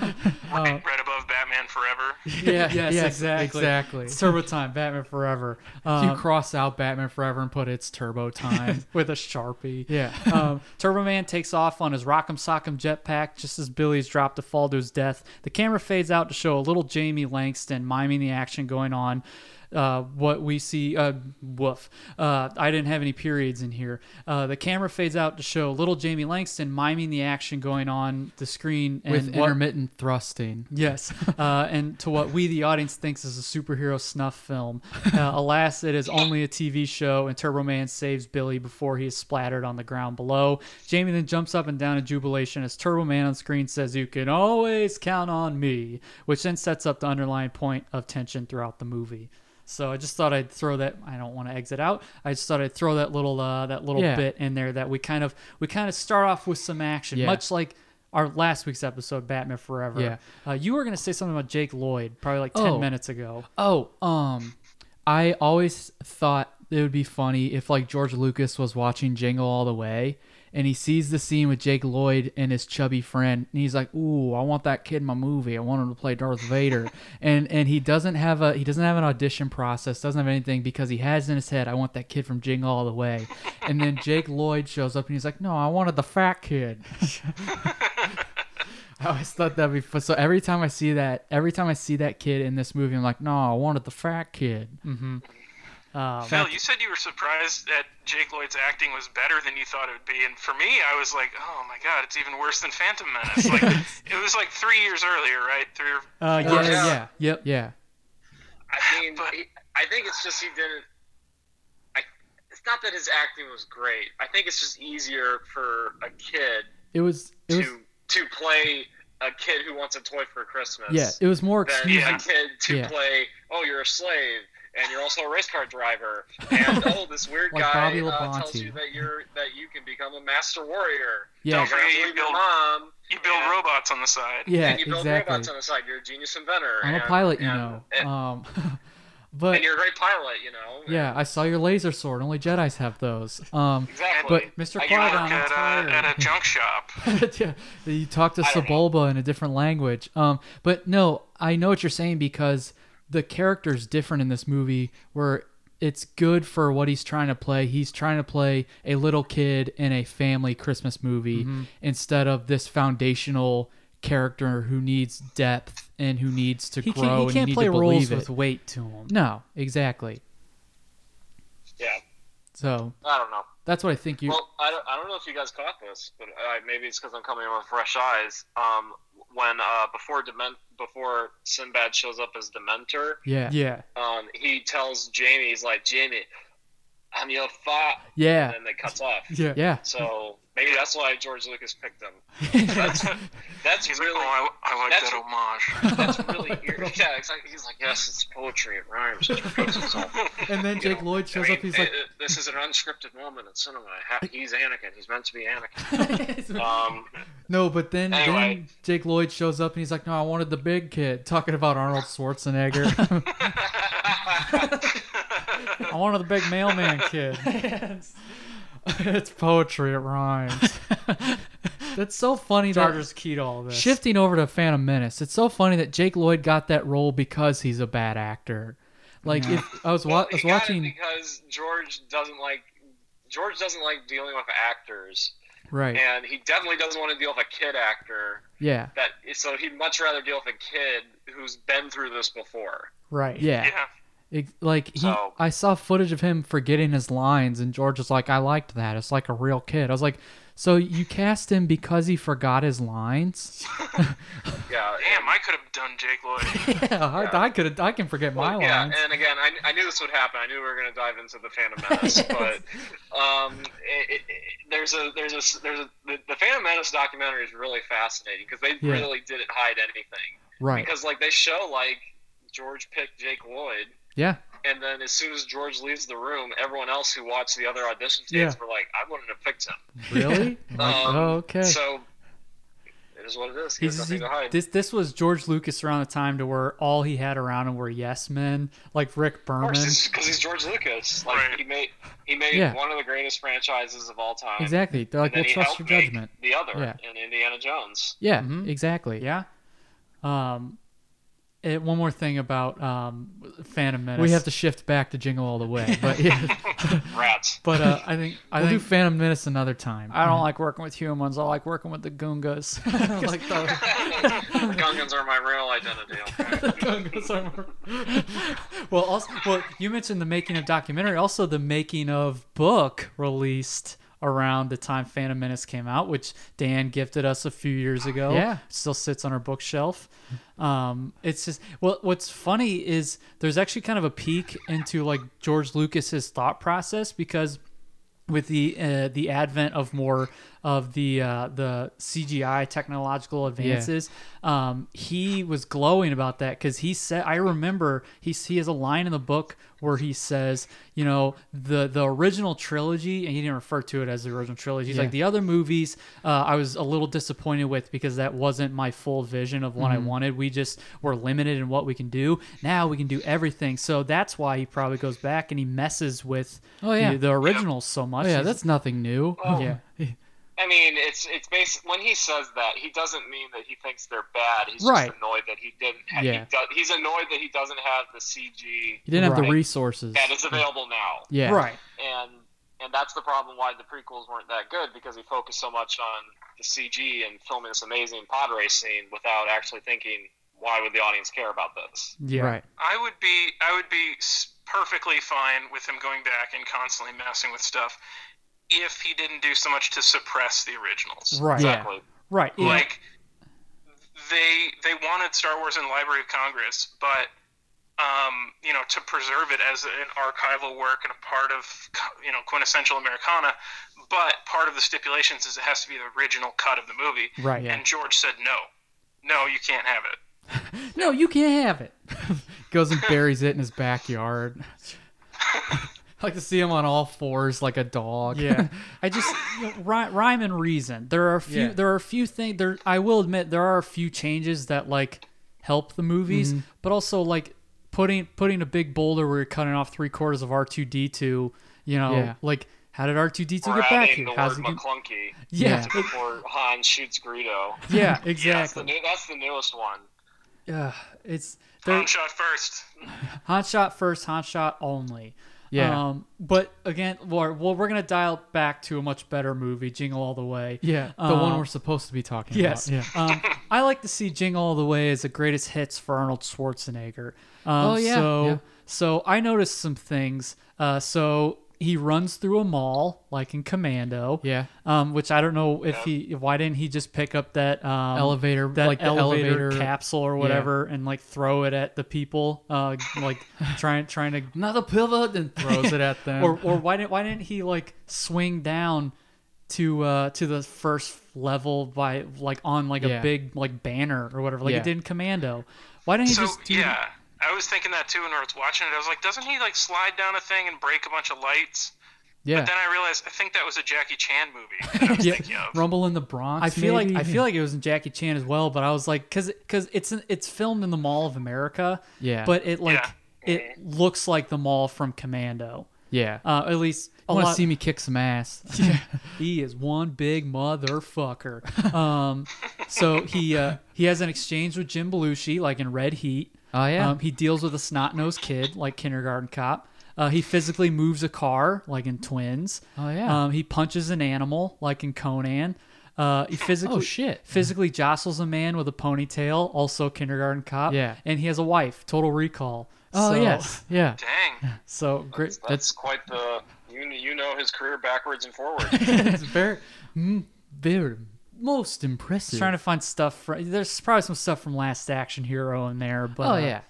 Speaker 6: right above Batman Forever.
Speaker 9: Yeah,
Speaker 7: yes,
Speaker 9: yes,
Speaker 7: exactly,
Speaker 9: exactly.
Speaker 7: It's Turbo Time, Batman Forever.
Speaker 9: you
Speaker 7: Um,
Speaker 9: cross out Batman Forever and put it's Turbo Time.
Speaker 7: with a sharpie.
Speaker 9: yeah.
Speaker 7: um, Turbo Man takes off on his Rock'em Sock'em jetpack just as Billy's dropped to fall to his death. The camera fades out to show a little Jamie Langston miming the action going on.
Speaker 9: Uh, what we see, uh, woof. Uh, I didn't have any periods in here. Uh, the camera fades out to show little Jamie Langston miming the action going on the screen and
Speaker 7: with
Speaker 9: what-
Speaker 7: intermittent thrusting.
Speaker 9: Yes, uh, and to what we, the audience, thinks is a superhero snuff film. Uh, alas, it is only a TV show, and Turbo Man saves Billy before he is splattered on the ground below. Jamie then jumps up and down in jubilation as Turbo Man on screen says, You can always count on me, which then sets up the underlying point of tension throughout the movie. So I just thought I'd throw that. I don't want to exit out. I just thought I'd throw that little uh, that little
Speaker 7: Yeah.
Speaker 9: bit in there that we kind of we kind of start off with some action,
Speaker 7: Yeah.
Speaker 9: much like our last week's episode, Batman Forever.
Speaker 7: Yeah.
Speaker 9: Uh, you were going to say something about Jake Lloyd probably like 10
Speaker 7: Oh.
Speaker 9: minutes ago.
Speaker 7: Oh, um, I always thought it would be funny if like George Lucas was watching Jingle All the Way and he sees the scene with Jake Lloyd and his chubby friend and he's like, "Ooh, I want that kid in my movie. I want him to play Darth Vader." and and he doesn't have a he doesn't have an audition process, doesn't have anything because he has in his head, "I want that kid from Jingle All the Way." And then Jake Lloyd shows up and he's like, "No, I wanted the fat kid." I always thought that'd be fun. So every time I see that, every time I see that kid in this movie, I'm like, no, I wanted the fat kid. Um,
Speaker 6: Phil, you said you were surprised that Jake Lloyd's acting was better than you thought it would be, and for me, I was like, "Oh my god, it's even worse than Phantom Menace." Like, it was like three years earlier, right? Three. Or,
Speaker 9: Uh,
Speaker 7: Yeah,
Speaker 9: yes.
Speaker 7: yeah, yeah,
Speaker 9: Yep.
Speaker 7: yeah.
Speaker 8: I mean, he, I think it's just he didn't. I, it's not that his acting was great. I think it's just easier for a kid
Speaker 7: It was, it
Speaker 8: to
Speaker 7: was,
Speaker 8: to play a kid who wants a toy for Christmas.
Speaker 7: yeah, it was more
Speaker 8: than
Speaker 7: excuse.
Speaker 8: a kid to
Speaker 7: Yeah.
Speaker 8: play. Oh, you're a slave, and you're also a race car driver, and oh, this weird
Speaker 7: Like
Speaker 8: guy
Speaker 7: Bobby
Speaker 8: uh, tells
Speaker 7: Labonte.
Speaker 8: you that you're that you can become a master warrior.
Speaker 7: Yeah.
Speaker 8: You're gonna
Speaker 6: Don't forget you
Speaker 8: leave your
Speaker 6: build-
Speaker 8: mom.
Speaker 6: you build
Speaker 8: Yeah.
Speaker 6: robots on the side.
Speaker 7: Yeah,
Speaker 8: and you build
Speaker 7: exactly.
Speaker 8: robots on the side. You're a genius inventor.
Speaker 7: I'm a
Speaker 8: and-
Speaker 7: pilot, you
Speaker 8: and-
Speaker 7: know.
Speaker 8: and-
Speaker 7: Um, but
Speaker 8: and you're a great pilot, you know.
Speaker 7: yeah, I saw your laser sword. Only Jedi's have those. Um,
Speaker 8: Exactly.
Speaker 7: But Mr.
Speaker 8: I-
Speaker 6: You
Speaker 8: you know,
Speaker 6: work
Speaker 9: Qui-Gon, I'm
Speaker 6: at
Speaker 9: tired.
Speaker 6: a, at a junk shop.
Speaker 7: yeah, you talk to Sebulba in a different language. Um, but no, I know what you're saying because the character's different in this movie. Where it's good for what he's trying to play. He's trying to play a little kid in a family Christmas movie
Speaker 9: Mm-hmm.
Speaker 7: instead of this foundational character who needs depth and who needs to
Speaker 9: He,
Speaker 7: grow
Speaker 9: can,
Speaker 7: and
Speaker 9: he
Speaker 7: you
Speaker 9: can't
Speaker 7: need
Speaker 9: play
Speaker 7: to
Speaker 9: roles
Speaker 7: believe it.
Speaker 9: with weight to him.
Speaker 7: No, exactly.
Speaker 8: Yeah.
Speaker 7: So
Speaker 12: I don't know.
Speaker 7: that's what I think you.
Speaker 12: Well, I don't, I don't know if you guys caught this, but uh, maybe it's because I'm coming in with fresh eyes. Um, when uh, before Dement- before Sinbad shows up as Dementor,
Speaker 7: yeah,
Speaker 9: Yeah.
Speaker 12: um, he tells Jamie, he's like, "Jamie, I'm your father,"
Speaker 7: yeah,
Speaker 12: and then they cuts off.
Speaker 9: Yeah.
Speaker 7: yeah.
Speaker 12: So maybe that's why George Lucas picked him. That's that's
Speaker 6: He's
Speaker 12: really
Speaker 6: like, "Oh, I, I like
Speaker 12: That's
Speaker 6: that
Speaker 12: what-
Speaker 6: homage."
Speaker 12: that's really weird. Yeah, exactly. He's like, "Yes, it's poetry. It rhymes. It repeats itself."
Speaker 7: And then Jake Lloyd shows
Speaker 12: I mean,
Speaker 7: up. He's
Speaker 12: it-
Speaker 7: like,
Speaker 8: Uh,
Speaker 12: it- "This is an unscripted moment in cinema. I ha- He's Anakin. He's meant to be Anakin." um,
Speaker 7: No, but then,
Speaker 12: Anyway.
Speaker 7: then Jake Lloyd shows up and he's like, "No, I wanted the big kid." Talking about Arnold Schwarzenegger.
Speaker 9: I wanted the big mailman kid.
Speaker 7: it's poetry. It rhymes. That's so funny. that-
Speaker 9: Chargers key to all this.
Speaker 7: shifting over to Phantom Menace, it's so funny that Jake Lloyd got that role because he's a bad actor. Like if I was, wa- I was
Speaker 8: he got it
Speaker 7: watching,
Speaker 8: because George doesn't like George doesn't like dealing with actors,
Speaker 7: right?
Speaker 8: and he definitely doesn't want to deal with a kid actor.
Speaker 7: Yeah,
Speaker 8: That so he'd much rather deal with a kid who's been through this before.
Speaker 9: Right.
Speaker 7: yeah.
Speaker 6: Yeah.
Speaker 7: Ex- like he,
Speaker 12: So-
Speaker 7: I saw footage of him forgetting his lines, and George was like, "I liked that. It's like a real kid." I was like, "So you cast him because he forgot his lines?"
Speaker 8: Yeah,
Speaker 6: Damn, I could have done Jake Lloyd.
Speaker 7: Yeah, I, I could. I can forget my
Speaker 8: yeah,
Speaker 7: lines.
Speaker 8: and again, I, I knew this would happen. I knew we were going to dive into the Phantom Menace, but um, it, it, it- there's a there's a there's a the, the Phantom Menace documentary is really fascinating because they
Speaker 7: Yeah.
Speaker 8: really didn't hide anything
Speaker 7: right.
Speaker 8: because like they show like George picked Jake Lloyd,
Speaker 7: Yeah.
Speaker 8: and then as soon as George leaves the room, everyone else who watched the other audition tapes
Speaker 7: Yeah.
Speaker 8: were like, "I wouldn't have picked him."
Speaker 7: Really? I'm like,
Speaker 8: Um,
Speaker 7: oh, okay.
Speaker 8: So it is what it is. He has
Speaker 9: He's,
Speaker 8: nothing
Speaker 9: he,
Speaker 8: to hide.
Speaker 9: this this was George Lucas around the time to where all he had around him were yes men, like Rick Berman.
Speaker 8: because he's George Lucas. Like
Speaker 6: Right.
Speaker 8: he made he made
Speaker 7: Yeah.
Speaker 8: one of the greatest franchises of all time.
Speaker 7: exactly. They're like,
Speaker 8: And
Speaker 7: we'll
Speaker 8: he
Speaker 7: trust
Speaker 8: helped
Speaker 7: your
Speaker 8: make
Speaker 7: judgment.
Speaker 8: The other
Speaker 7: Yeah. Mm-hmm.
Speaker 8: in Indiana Jones.
Speaker 7: Yeah. Exactly.
Speaker 9: Yeah. Um,
Speaker 7: eh, one more thing about um, Phantom Menace.
Speaker 9: We have to shift back to Jingle All the Way, but yeah,
Speaker 2: Rats.
Speaker 7: but uh, I think I
Speaker 9: we'll do
Speaker 7: think
Speaker 9: Phantom Menace another time.
Speaker 7: I don't like working with humans. I like working with the Goongas. like the
Speaker 2: Gungans are my real identity. Okay.
Speaker 7: Goongas are more- well, also, well, you mentioned the making of documentary, also the making of book released around the time Phantom Menace came out, which Dan gifted us a few years ago.
Speaker 9: Yeah.
Speaker 7: still sits on our bookshelf. Um, it's just well, what's funny is there's actually kind of a peek into like George Lucas's thought process because with the uh, the advent of more of the uh, the CGI technological advances, um, he was glowing about that because he said, I remember he he has a line in the book where he says, you know, the the original trilogy, and he didn't refer to it as the original trilogy. He's like the other movies, uh, I was a little disappointed with because that wasn't my full vision of what
Speaker 9: Mm-hmm.
Speaker 7: I wanted. We just were limited in what we can do. Now we can do everything, so that's why he probably goes back and he messes with
Speaker 9: Oh, yeah.
Speaker 7: the, the originals so much.
Speaker 9: Oh, yeah,
Speaker 7: He's-
Speaker 9: that's nothing new.
Speaker 2: Oh.
Speaker 7: yeah.
Speaker 2: I mean, it's it's based when he says that he doesn't mean that he thinks they're bad. He's
Speaker 7: Right.
Speaker 2: just annoyed that he didn't. ha-
Speaker 9: Yeah.
Speaker 2: He does, he's annoyed that he doesn't have the CG
Speaker 9: You didn't have the
Speaker 7: Right.
Speaker 9: resources.
Speaker 2: that is available now.
Speaker 9: yeah,
Speaker 7: Right.
Speaker 2: and and that's the problem why the prequels weren't that good because he focused so much on the CG and filming this amazing pod race scene without actually thinking why would the audience care about this.
Speaker 7: Yeah.
Speaker 9: Right.
Speaker 6: I would be I would be s- perfectly fine with him going back and constantly messing with stuff if he didn't do so much to suppress the originals.
Speaker 7: Right.
Speaker 2: Exactly.
Speaker 7: Right. Yeah.
Speaker 6: Like they they wanted Star Wars in the Library of Congress, but um, you know to preserve it as an archival work and a part of you know quintessential Americana. But part of the stipulations is it has to be the original cut of the movie.
Speaker 9: Right. Yeah.
Speaker 6: And George said no, no, you can't have it.
Speaker 9: No, you can't have it. Goes and buries it in his backyard. I like to see him on all fours like a dog.
Speaker 7: yeah. I just ry- rhyme and reason. There are a few.
Speaker 9: Yeah.
Speaker 7: There are a few things. There, I will admit, there are a few changes that like help the
Speaker 9: Mm-hmm.
Speaker 7: movies, but also like putting putting a big boulder where you're cutting off three quarters of R two D two. You know,
Speaker 9: Yeah.
Speaker 7: like how did R two D two
Speaker 2: Or
Speaker 7: get back
Speaker 2: adding
Speaker 7: here?
Speaker 2: the
Speaker 7: How's
Speaker 2: word
Speaker 7: it get-
Speaker 2: McClunky
Speaker 7: yeah.
Speaker 2: before Han shoots Greedo.
Speaker 7: Yeah.
Speaker 2: That's the
Speaker 7: Exactly.
Speaker 2: new, that's the newest one.
Speaker 7: Yeah. It's
Speaker 6: Han
Speaker 7: there.
Speaker 6: shot first.
Speaker 7: Hot shot first. Hot shot only.
Speaker 9: Yeah.
Speaker 7: Um, but again, well, well, we're gonna dial back to a much better movie, Jingle All the Way.
Speaker 9: yeah. The
Speaker 7: uh,
Speaker 9: one we're supposed to be talking
Speaker 7: Yes.
Speaker 9: about.
Speaker 7: um, I like to see Jingle All the Way as the greatest hits for Arnold Schwarzenegger. Um,
Speaker 9: Oh, yeah,
Speaker 7: So,
Speaker 9: yeah.
Speaker 7: so I noticed some things. Uh, so he runs through a mall like in Commando.
Speaker 9: Yeah.
Speaker 7: Um, which I don't know if he why didn't he just pick up that um,
Speaker 9: Elevator-
Speaker 7: that
Speaker 9: like the
Speaker 7: elevator,
Speaker 9: elevator-
Speaker 7: capsule or whatever and like throw it at the people uh, like trying trying to
Speaker 9: Another pivot and throws it at them.
Speaker 7: or or why didn't why didn't he like swing down to uh to the first level by like on like
Speaker 9: Yeah.
Speaker 7: a big like banner or whatever like
Speaker 9: Yeah.
Speaker 7: he did in Commando? Why didn't he
Speaker 6: So
Speaker 7: just do
Speaker 6: yeah, I was thinking that too when I was watching it. I was like, doesn't he like slide down a thing and break a bunch of lights?
Speaker 9: yeah.
Speaker 6: Then I realized I think that was a Jackie Chan movie. That I was
Speaker 7: Yeah.
Speaker 6: thinking of.
Speaker 9: Rumble in the Bronx.
Speaker 7: I feel
Speaker 9: maybe?
Speaker 7: like I feel like it was in Jackie Chan as well, but I was like, cause, cause it's it's filmed in the Mall of America,
Speaker 9: Yeah.
Speaker 7: but it like
Speaker 6: Yeah.
Speaker 7: it looks like the mall from Commando.
Speaker 9: yeah.
Speaker 7: Uh, at least
Speaker 9: I
Speaker 7: a
Speaker 9: want to
Speaker 7: lot.
Speaker 9: see me kick some ass.
Speaker 7: he is one big motherfucker. Um, so he uh, he has an exchange with Jim Belushi, like in Red Heat.
Speaker 9: Oh, yeah.
Speaker 7: Um, he deals with a snot nosed kid, like Kindergarten Cop. Uh, he physically moves a car, like in Twins.
Speaker 9: Oh, yeah.
Speaker 7: Um, he punches an animal, like in Conan. Uh, he physically
Speaker 9: Oh, shit.
Speaker 7: physically jostles a man with a ponytail, also Kindergarten Cop.
Speaker 9: Yeah.
Speaker 7: And he has a wife, Total Recall.
Speaker 9: Oh
Speaker 7: so,
Speaker 9: yes. Yeah.
Speaker 6: Dang.
Speaker 7: So great.
Speaker 2: That's, quite the you you know his career backwards and forwards.
Speaker 9: It's very mm, very most impressive.
Speaker 7: Trying to find stuff. fr there's probably some stuff from Last Action Hero in there, but
Speaker 9: Oh
Speaker 7: uh,
Speaker 9: yeah.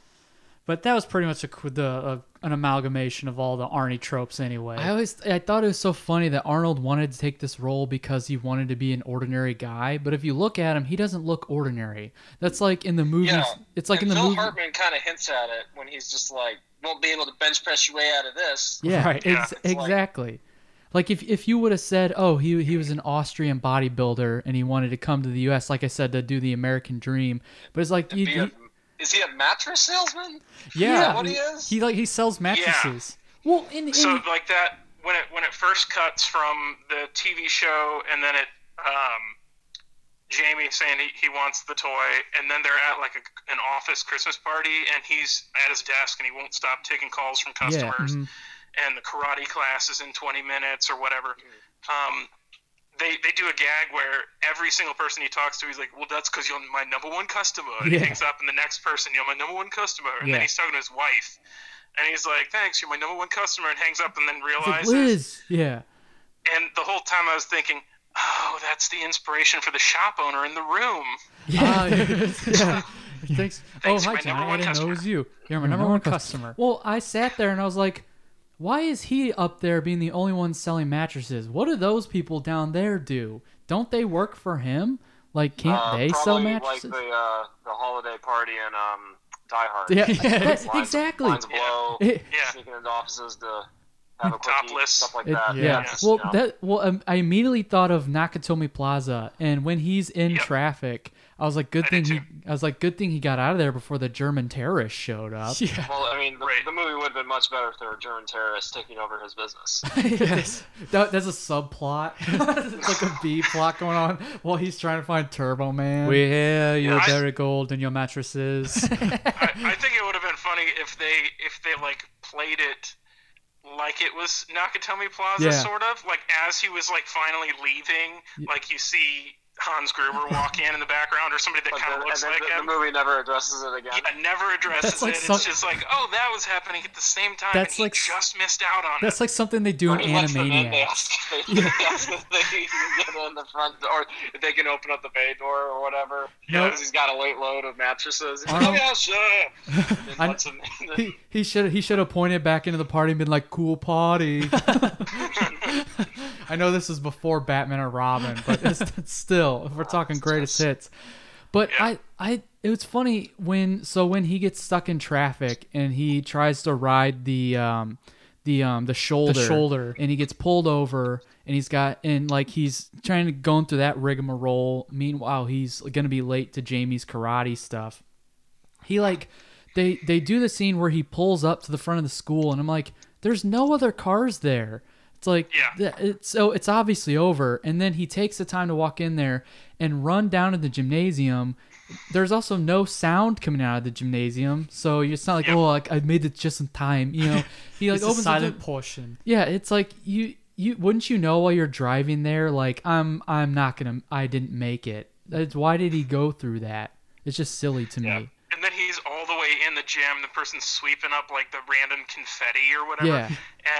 Speaker 7: But that was pretty much a, qu- the, uh an amalgamation of all the Arnie tropes, anyway.
Speaker 9: I always I thought it was so funny that Arnold wanted to take this role because he wanted to be an ordinary guy, but if you look at him, he doesn't look ordinary. That's like in the movies.
Speaker 2: Yeah.
Speaker 9: It's like
Speaker 2: and
Speaker 9: in the
Speaker 2: Phil
Speaker 9: movie.
Speaker 2: Hartman kind of hints at it when he's just like, "Won't be able to bench press your way out of this."
Speaker 9: Yeah,
Speaker 7: Right.
Speaker 9: ex-
Speaker 2: Yeah.
Speaker 9: exactly. Like if, if you would have said, oh, he he was an Austrian bodybuilder and he wanted to come to the U.S. Like I said, to do the American dream, but it's like you,
Speaker 2: Be a-
Speaker 9: you-
Speaker 2: is he a mattress salesman?
Speaker 7: yeah,
Speaker 2: that what he is?
Speaker 7: He like he sells mattresses. Well, in, in
Speaker 6: So like that when it when it first cuts from the TV show and then it um, Jamie saying he, he wants the toy, and then they're at like a, an office Christmas party, and he's at his desk and he won't stop taking calls from customers,
Speaker 9: mhm.
Speaker 6: and the karate class is in 20 minutes or whatever. Um, they, they do a gag where every single person he talks to, he's like, Well, that's because you're my number one customer. And
Speaker 9: Yeah.
Speaker 6: He hangs up, and the next person, You're my number one customer. And
Speaker 9: Yeah.
Speaker 6: then he's talking to his wife, and he's like, Thanks, you're my number one customer, and hangs up, and then
Speaker 9: It's like,
Speaker 6: realizes
Speaker 9: Liz.
Speaker 7: mm-hmm.
Speaker 9: Yeah.
Speaker 6: and the whole time I was thinking, oh, that's the inspiration for the shop owner in the room.
Speaker 9: Yeah.
Speaker 7: Uh, yeah. Thanks. Oh,
Speaker 6: Thanks,
Speaker 7: hi,
Speaker 6: my
Speaker 7: John.
Speaker 6: number
Speaker 7: I
Speaker 6: one
Speaker 7: didn't know it
Speaker 6: customer.
Speaker 7: was you. You're my
Speaker 9: Your
Speaker 7: number one customer.
Speaker 9: Well, I sat there and I was like, why is he up there being the only one selling mattresses? What do those people down there do? Don't they work for him? Like, can't
Speaker 8: Uh,
Speaker 9: they sell
Speaker 8: probably like
Speaker 9: mattresses?
Speaker 8: the uh, the holiday party in um, Die Hard.
Speaker 9: yeah,
Speaker 7: Yeah.
Speaker 9: that's-
Speaker 8: Lines-
Speaker 9: exactly.
Speaker 8: Lines blow.
Speaker 9: It-
Speaker 6: Yeah.
Speaker 8: Sneaking into offices to have a quickie,
Speaker 6: Topless.
Speaker 8: stuff like
Speaker 9: It-
Speaker 8: that.
Speaker 9: yeah.
Speaker 8: That's,
Speaker 9: Well,
Speaker 8: you know,
Speaker 9: that well, um, I immediately thought of Nakatomi Plaza, and when he's in
Speaker 6: Yep.
Speaker 9: traffic, I was like, good
Speaker 6: I
Speaker 9: thing
Speaker 6: did
Speaker 9: he.
Speaker 6: too.
Speaker 9: I was like, good thing he got out of there before the German terrorists showed up.
Speaker 7: Yeah.
Speaker 8: Well, I mean, the,
Speaker 6: Right.
Speaker 8: the movie would have been much better if there were German terrorists taking over his business.
Speaker 9: yes, that, that's a subplot. it's like a B plot going on while he's trying to find Turbo Man.
Speaker 7: We hear you're
Speaker 6: I-
Speaker 7: very gold in your mattresses.
Speaker 6: I, I think it would have been funny if they if they like played it like it was Nakatomi Plaza,
Speaker 9: Yeah.
Speaker 6: sort of like as he was like finally leaving, like you see Hans Gruber walk in in the background or somebody that
Speaker 8: But
Speaker 6: kind
Speaker 8: then-
Speaker 6: of looks
Speaker 8: and then
Speaker 6: like
Speaker 8: the,
Speaker 6: him.
Speaker 8: the movie never addresses it again.
Speaker 6: Yeah, never addresses
Speaker 9: like
Speaker 6: it.
Speaker 9: some-
Speaker 6: It's just like, oh, that was happening at the same time,
Speaker 9: That's
Speaker 6: and he
Speaker 9: like s-
Speaker 6: just missed out on it.
Speaker 9: That's like something they do in
Speaker 8: Unless the men, They
Speaker 9: Animaniacs.
Speaker 8: ask, if they, they ask if they can get in the front door, if they can open up the bay door or whatever.
Speaker 6: Nope.
Speaker 8: Because he's got a late load of mattresses. He's like,
Speaker 9: Arnold-
Speaker 8: oh, yeah, sure. And
Speaker 9: Um, I-
Speaker 8: lets him in.
Speaker 9: He he should he should have pointed back into the party and been like, "Cool party." I know this is before Batman and Robin, but it's, it's still, if we're talking greatest hits, but I I it was funny when so when he gets stuck in traffic and he tries to ride the um the um the shoulder
Speaker 7: shoulder.
Speaker 9: and he gets pulled over and he's got and like he's trying to go through that rigmarole. Meanwhile, he's gonna be late to Jamie's karate stuff he like they they do the scene where he pulls up to the front of the school and i'm like there's no other cars there it's like
Speaker 6: Yeah.
Speaker 9: th- it's, so it's obviously over and then he takes the time to walk in there and run down to the gymnasium there's also no sound coming out of the gymnasium so it's not like oh like i made it just in time you know he like
Speaker 7: it's a
Speaker 9: opens the
Speaker 7: silent
Speaker 9: door-
Speaker 7: portion.
Speaker 9: yeah, it's like you you wouldn't you know while you're driving there like I'm I'm not gonna I didn't make it. That's, why did he go through that? It's just silly to me.
Speaker 6: And then he's all the way in the gym. The person's sweeping up like the random confetti or whatever.
Speaker 9: Yeah.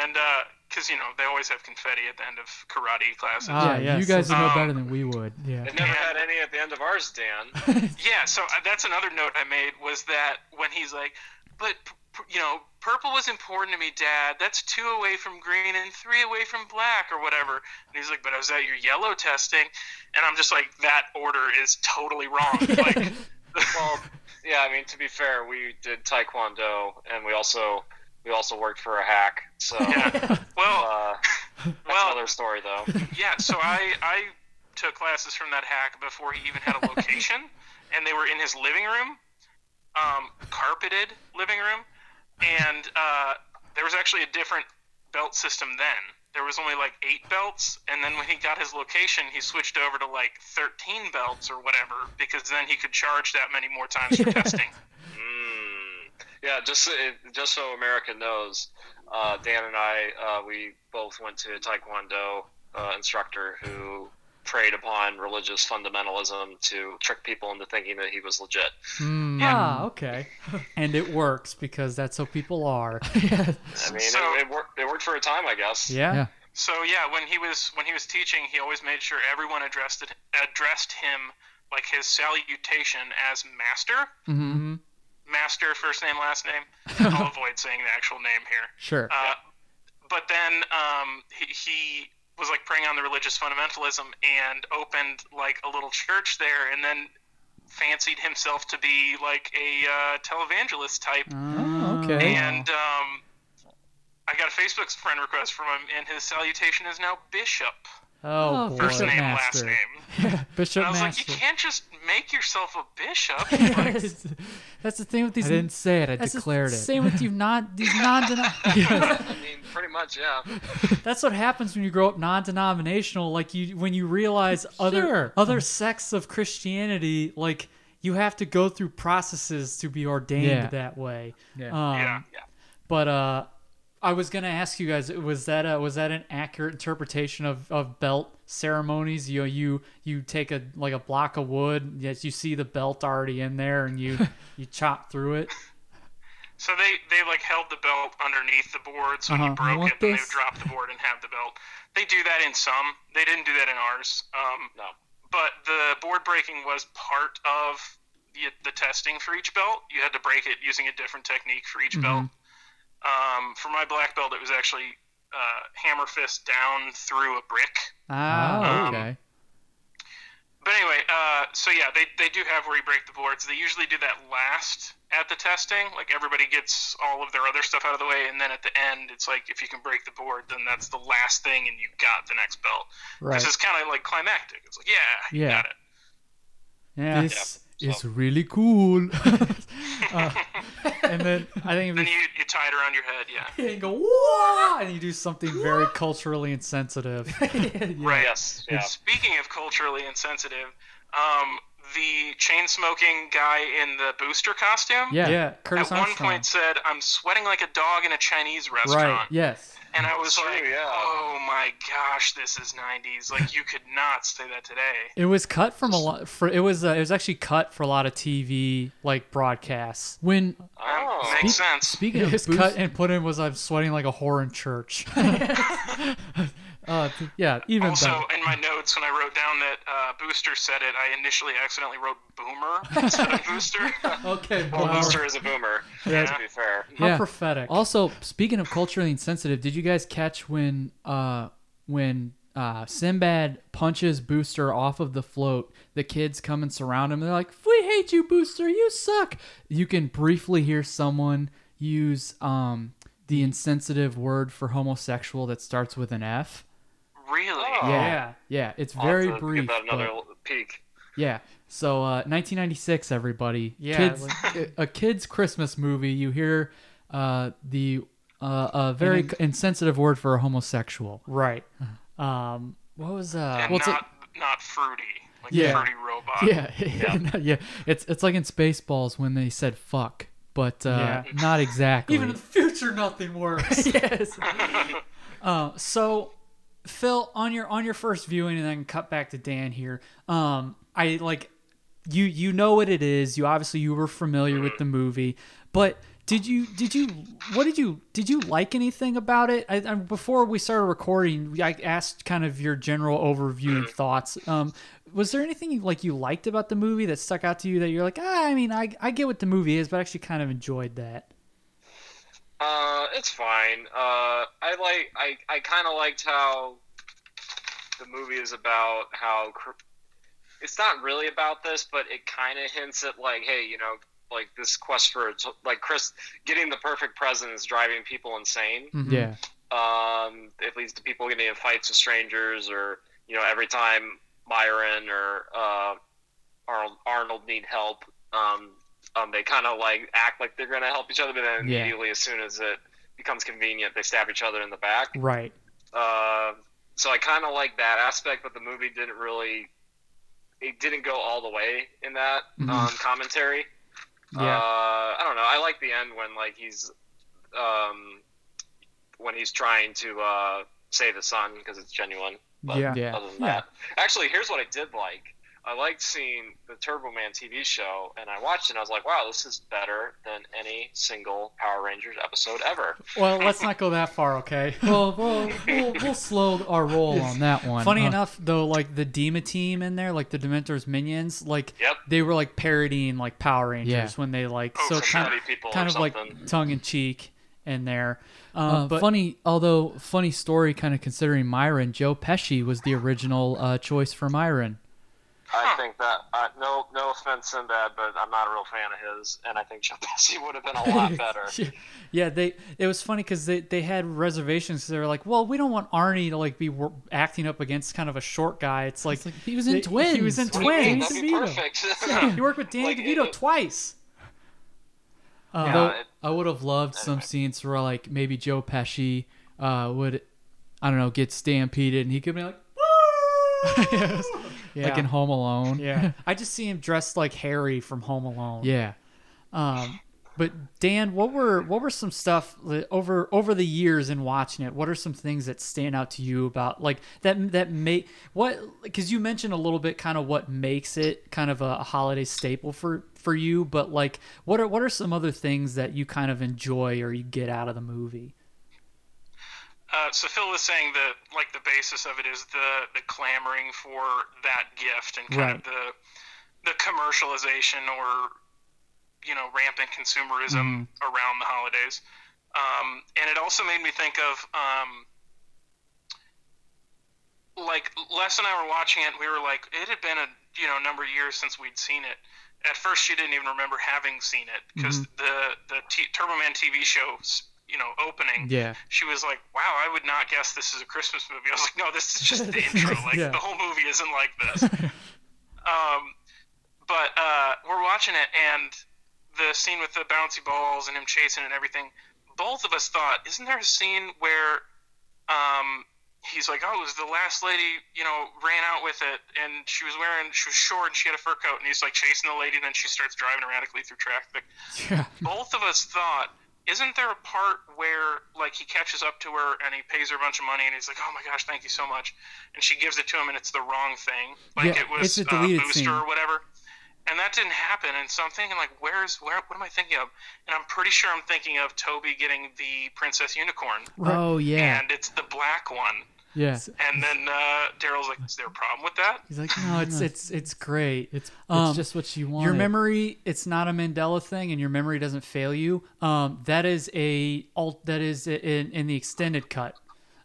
Speaker 6: And
Speaker 8: uh,
Speaker 6: because you know they always have confetti at the end of karate classes.
Speaker 9: Yeah,
Speaker 7: Ah, yes.
Speaker 9: you guys would know
Speaker 6: Um,
Speaker 9: better than we would.
Speaker 7: Yeah.
Speaker 8: It never had any at the end of ours, Dan.
Speaker 6: yeah. So uh, that's another note I made was that when he's like, but p- p- you know, purple was important to me, Dad. That's two away from green and three away from black or whatever. And he's like, but I was at your yellow testing, and I'm just like, that order is totally wrong. Like,
Speaker 8: well, yeah, I mean, to be fair, we did Taekwondo, and we also we also worked for a hack. So
Speaker 6: yeah. Well.
Speaker 8: uh, that's
Speaker 6: Well-
Speaker 8: another story, though.
Speaker 6: Yeah, so I I took classes from that hack before he even had a location, and they were in his living room, um, carpeted living room, and uh, there was actually a different belt system then. There was only like eight belts, and then when he got his location, he switched over to like thirteen belts or whatever, because then he could charge that many more times for testing.
Speaker 8: Mm. Yeah, just so- it, just so America knows, uh, Dan and I, uh, we both went to a Taekwondo uh, instructor who preyed upon religious fundamentalism to trick people into thinking that he was legit.
Speaker 7: Ah, okay. And it works because that's how people are.
Speaker 8: I mean,
Speaker 6: So-
Speaker 8: it, it, worked, it worked for a time, I guess.
Speaker 7: Yeah.
Speaker 9: Yeah.
Speaker 6: So yeah, when he was when he was teaching, he always made sure everyone addressed it, addressed him like his salutation as master.
Speaker 9: Mm-hmm.
Speaker 6: master first name last name i'll avoid saying the actual name here
Speaker 9: Sure.
Speaker 6: uh, but then um, he, he was like preying on the religious fundamentalism and opened like a little church there and then fancied himself to be like a uh, televangelist type
Speaker 9: Oh, okay.
Speaker 6: and um, i got a facebook friend request from him and his salutation is now bishop
Speaker 7: Oh,
Speaker 9: Oh,
Speaker 7: boy.
Speaker 6: first
Speaker 9: Bishop
Speaker 6: name last
Speaker 9: Master.
Speaker 6: name
Speaker 7: Bishop
Speaker 6: and i was like
Speaker 7: Master.
Speaker 6: you can't just make yourself a bishop Like,
Speaker 7: That's the thing with
Speaker 9: I
Speaker 7: these.
Speaker 9: didn't say it. I
Speaker 7: that's the
Speaker 9: declared it.
Speaker 7: Same with you, not these non.
Speaker 8: I mean, pretty much, yeah.
Speaker 7: That's what happens when you grow up non-denominational. Like you, when you realize other
Speaker 9: Sure.
Speaker 7: other sects of Christianity, like you have to go through processes to be ordained
Speaker 9: Yeah.
Speaker 7: that way.
Speaker 9: Yeah.
Speaker 7: Um,
Speaker 6: Yeah.
Speaker 7: But uh, I was gonna ask you guys, was that a, was that an accurate interpretation of, of belt ceremonies? You know, you you take a like a block of wood, yes, you see the belt already in there, and you you chop through it.
Speaker 6: So they, they like held the belt underneath the board, so when
Speaker 7: Uh-huh.
Speaker 6: you
Speaker 9: I
Speaker 6: broke
Speaker 9: want
Speaker 6: it, then they
Speaker 9: this.
Speaker 6: would drop the board and have the belt. They do that in some. They didn't do that in ours. Um,
Speaker 8: No.
Speaker 6: But the board breaking was part of the, the testing for each belt. You had to break it using a different technique for each belt. Um, for my black belt, it was actually uh, hammer fist down through a brick.
Speaker 9: Oh,
Speaker 7: Ah,
Speaker 9: okay.
Speaker 6: But anyway, uh, so yeah, they, they do have where you break the boards. They usually do that last at the testing. Like everybody gets all of their other stuff out of the way, and then at the end, it's like if you can break the board, then that's the last thing, and you got the next belt.
Speaker 7: right.
Speaker 6: This is kind of like climactic. It's like yeah, you
Speaker 9: Yeah.
Speaker 6: got it.
Speaker 7: Yeah.
Speaker 9: This is really cool.
Speaker 7: Uh, And then I think
Speaker 6: Then
Speaker 7: if
Speaker 6: you, you tie it around your head. Yeah,
Speaker 7: you and go Whoa! and you do something very culturally insensitive.
Speaker 6: right.
Speaker 8: Yes, yeah.
Speaker 6: Speaking of culturally insensitive, um, the chain smoking guy in the booster costume.
Speaker 9: Yeah.
Speaker 7: yeah,
Speaker 6: At
Speaker 7: Curtis
Speaker 6: one
Speaker 7: Armstrong.
Speaker 6: point, said, "I'm sweating like a dog in a Chinese restaurant."
Speaker 7: right.
Speaker 9: yes.
Speaker 6: And I was
Speaker 8: True,
Speaker 6: like,
Speaker 8: yeah.
Speaker 6: oh my gosh, this is 90s. Like, you could not say that today.
Speaker 7: It was cut from a lot. For it was uh, it was actually cut for a lot of TV like broadcasts.
Speaker 9: When
Speaker 8: Oh,
Speaker 6: Makes sense.
Speaker 9: speaking
Speaker 7: It
Speaker 9: of
Speaker 7: was
Speaker 9: boost-
Speaker 7: cut and put in was I'm sweating like a whore in church.
Speaker 9: uh, th- yeah, even
Speaker 6: also,
Speaker 9: better.
Speaker 6: in my notes, when I wrote down that uh, Booster said it, I initially accidentally wrote Boomer instead of Booster.
Speaker 9: Okay,
Speaker 8: well,
Speaker 9: boomer.
Speaker 8: Booster is a boomer. To be fair,
Speaker 7: How
Speaker 9: Yeah.
Speaker 7: prophetic.
Speaker 9: Also, speaking of culturally insensitive, did you guys catch when uh when uh Sinbad punches Booster off of the float? The kids come and surround him. They're like, "We hate you, Booster. You suck." You can briefly hear someone use um the insensitive word for homosexual that starts with an F.
Speaker 6: really?
Speaker 8: Oh.
Speaker 9: Yeah, yeah, it's
Speaker 8: I'll have
Speaker 9: very
Speaker 8: to
Speaker 9: brief.
Speaker 8: Give that another
Speaker 9: but-
Speaker 8: l- peek.
Speaker 9: yeah. So uh, 1996, everybody.
Speaker 7: Yeah,
Speaker 9: Kids,
Speaker 7: like-
Speaker 9: a- a kids' Christmas movie. You hear uh, the uh, a very c- insensitive word for a homosexual.
Speaker 7: right. Um, what was uh?
Speaker 6: And
Speaker 9: Uh-huh. Well, it's a-
Speaker 6: not, not fruity. Like,
Speaker 9: Yeah.
Speaker 6: fruity robot.
Speaker 9: Yeah, yeah, It's it's like in Spaceballs when they said "fuck," but uh,
Speaker 7: Yeah.
Speaker 9: not exactly.
Speaker 7: Even in the future, nothing works. yes. Uh, so, Phil, on your on your first viewing, and then cut back to Dan here. Um, I like you. You know what it is. You obviously you were familiar with the movie, but did you did you what did you did you like anything about it? I, I, before we started recording, I asked kind of your general overview and thoughts. Um, was there anything you, like you liked about the movie that stuck out to you that you're like, ah, I mean, I I get what the movie is, but I actually kind of enjoyed that.
Speaker 8: Uh, it's fine. Uh, I like. I, I kind of liked how the movie is about how. Cr- it's not really about this, but it kind of hints at like, hey, you know, like this quest for like Chris getting the perfect present is driving people insane.
Speaker 7: Mm-hmm.
Speaker 9: yeah,
Speaker 8: Um, it leads to people getting in fights with strangers, or you know, every time Myron or uh, Arnold, Arnold need help, um, um, they kind of like act like they're going to help each other, but then
Speaker 9: Yeah.
Speaker 8: immediately, as soon as it becomes convenient, they stab each other in the back.
Speaker 7: Right.
Speaker 8: Uh, so I kind of like that aspect, but the movie didn't really, it didn't go all the way in that um, commentary.
Speaker 9: Mm-hmm. Yeah.
Speaker 8: Uh, I don't know. I like the end when like he's, um, when he's trying to uh, save his son because it's genuine. But
Speaker 7: Yeah.
Speaker 9: Yeah.
Speaker 8: Other than that, actually, here's what I did like. I liked seeing the Turbo Man TV show, and I watched it. and I was like, "Wow, this is better than any single Power Rangers episode ever."
Speaker 7: Well, let's not go that far, okay?
Speaker 9: well, well, we'll, we'll slow our roll on that one. Uh,
Speaker 7: Funny
Speaker 9: huh?
Speaker 7: enough, though, like the Dima team in there, like the Dementors minions, like
Speaker 8: Yep.
Speaker 7: they were like parodying like Power Rangers
Speaker 9: Yeah.
Speaker 7: when they like
Speaker 6: Oh,
Speaker 7: so
Speaker 6: for
Speaker 7: kind,
Speaker 8: sure. People or
Speaker 7: kind of like
Speaker 8: something.
Speaker 7: tongue in cheek in there. Uh,
Speaker 9: Uh,
Speaker 7: but
Speaker 9: funny, although funny story, kind of considering Myron. Joe Pesci was the original uh, choice for Myron.
Speaker 8: I think that uh, no no offense, Sinbad, but I'm not a real fan of his, and I think Joe Pesci would have been a lot better.
Speaker 7: yeah, they it was funny because they they had reservations. They were like, well, we don't want Arnie to like be wor- acting up against kind of a short guy. It's like,
Speaker 9: like, he was in
Speaker 7: He was in
Speaker 9: Twins.
Speaker 8: What do you mean?
Speaker 7: Twins.
Speaker 8: That'd be perfect.
Speaker 7: You work with Danny
Speaker 8: Like,
Speaker 7: DeVito
Speaker 8: it-
Speaker 7: twice. Uh,
Speaker 2: Yeah,
Speaker 7: though
Speaker 2: it-
Speaker 7: I would have loved some scenes where like maybe Joe Pesci uh, would, I don't know, get stampeded and he could be like, "Woo!" Yes.
Speaker 9: Yeah.
Speaker 7: like in Home Alone.
Speaker 9: yeah.
Speaker 7: I just see him dressed like Harry from Home Alone.
Speaker 9: Yeah.
Speaker 7: Um, but Dan, what were what were some stuff li- over over the years in watching it? What are some things that stand out to you about like that that make what because you mentioned a little bit kind of what makes it kind of a, a holiday staple for for you, but like what are what are some other things that you kind of enjoy or you get out of the movie?
Speaker 6: Uh, so Phil was saying that like the basis of it is the the clamoring for that gift and kind
Speaker 7: Right.
Speaker 6: of the the commercialization or you know rampant consumerism around the holidays. Um, and it also made me think of um, like Les and I were watching it. We were like, it had been a you know number of years since we'd seen it. At first, she didn't even remember having seen it because the the t- Turbo Man TV show, you know, opening
Speaker 9: Yeah.
Speaker 6: she was like, "Wow, I would not guess this is a Christmas movie." I was like, "No, this is just the intro. Like
Speaker 9: Yeah.
Speaker 6: the whole movie isn't like this." um, but uh, we're watching it, and the scene with the bouncy balls and him chasing and everything. Both of us thought, "Isn't there a scene where um, he's like, oh, it was the last lady, you know, ran out with it, and she was wearing, she was short, and she had a fur coat, and he's like chasing the lady, and then she starts driving erratically through traffic."
Speaker 9: Yeah.
Speaker 7: Hmm.
Speaker 6: both of us thought, isn't there a part where like he catches up to her and he pays her a bunch of money and he's like, oh my gosh, thank you so much, and she gives it to him and it's the wrong thing, like
Speaker 9: Yeah,
Speaker 6: it was
Speaker 9: it's a
Speaker 6: uh,
Speaker 9: deleted
Speaker 6: booster
Speaker 9: scene.
Speaker 6: or whatever. And that didn't happen, and so I'm thinking like, where's where? What am I thinking of? And I'm pretty sure I'm thinking of Toby getting the princess unicorn,
Speaker 9: Oh yeah.
Speaker 6: and it's the black one.
Speaker 9: yeah.
Speaker 6: And then uh, Daryl's like, "Is there a problem with that?"
Speaker 7: He's like, no, it's it's it's great.
Speaker 9: It's it's
Speaker 7: Um,
Speaker 9: just what you want.
Speaker 7: Your memory, it's not a Mandela thing, and your memory doesn't fail you. Um, that is a alt. That is i- in, in the extended cut.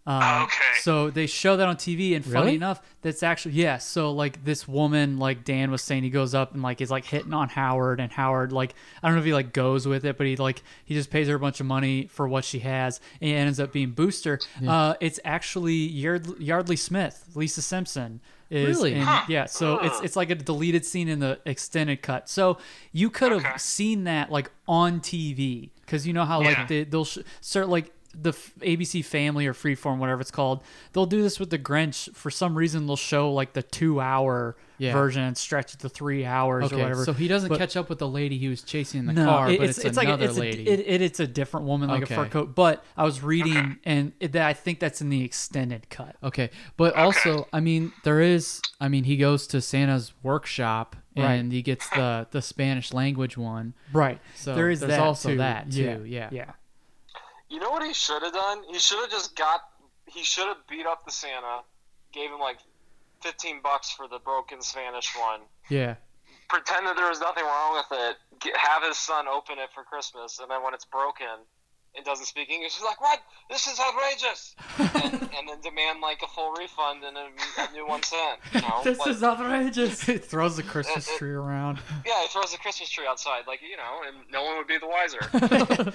Speaker 7: Um,
Speaker 6: okay.
Speaker 7: So they show that on TV, and funny
Speaker 9: Really?
Speaker 7: enough, that's actually yeah. So like this woman, like Dan was saying, he goes up and like is like hitting on Howard, and Howard like I don't know if he like goes with it, but he like he just pays her a bunch of money for what she has, and it ends up being Booster. Uh, it's actually Yard- Yardley Smith, Lisa Simpson. Is
Speaker 9: Really?
Speaker 7: in- yeah, so it's it's like a deleted scene in the extended cut. So you could have seen that like on TV because you know how
Speaker 6: Yeah.
Speaker 7: like they, they'll sh- start like the f- ABC Family or Freeform, whatever it's called. They'll do this with the Grinch. For some reason, they'll show like the two hour
Speaker 9: Yeah.
Speaker 7: version and stretch it to three hours
Speaker 9: okay,
Speaker 7: or whatever.
Speaker 9: so he doesn't
Speaker 7: But-
Speaker 9: catch up with the lady he was chasing in the
Speaker 7: no,
Speaker 9: car,
Speaker 7: it-
Speaker 9: but it's,
Speaker 7: like
Speaker 9: another
Speaker 7: it's
Speaker 9: lady.
Speaker 7: A, it, it- it's a different woman, like a fur
Speaker 9: Okay.
Speaker 7: coat. But I was reading, and it, that, I think that's in the extended cut.
Speaker 9: Okay, but also, I mean, there is. I mean, he goes to Santa's workshop and
Speaker 7: Right.
Speaker 9: he gets the the Spanish language one.
Speaker 7: Right.
Speaker 9: So
Speaker 7: there is
Speaker 9: there's
Speaker 7: that
Speaker 9: also
Speaker 7: too.
Speaker 9: that, too. Yeah.
Speaker 7: Yeah. yeah.
Speaker 8: You know what he should have done? He should have just got. He should have beat up the Santa, gave him like fifteen bucks for the broken Spanish one.
Speaker 9: Yeah,
Speaker 8: Pretend that there was nothing wrong with it. Get, have his son open it for Christmas, and then when it's broken and doesn't speak English, he's like, "What? This is outrageous!" and, and then demand like a full refund and a, a new one sent. You know, like,
Speaker 7: outrageous. it throws the Christmas tree around.
Speaker 8: yeah, he throws a Christmas tree outside, like you know, and no one would be the wiser.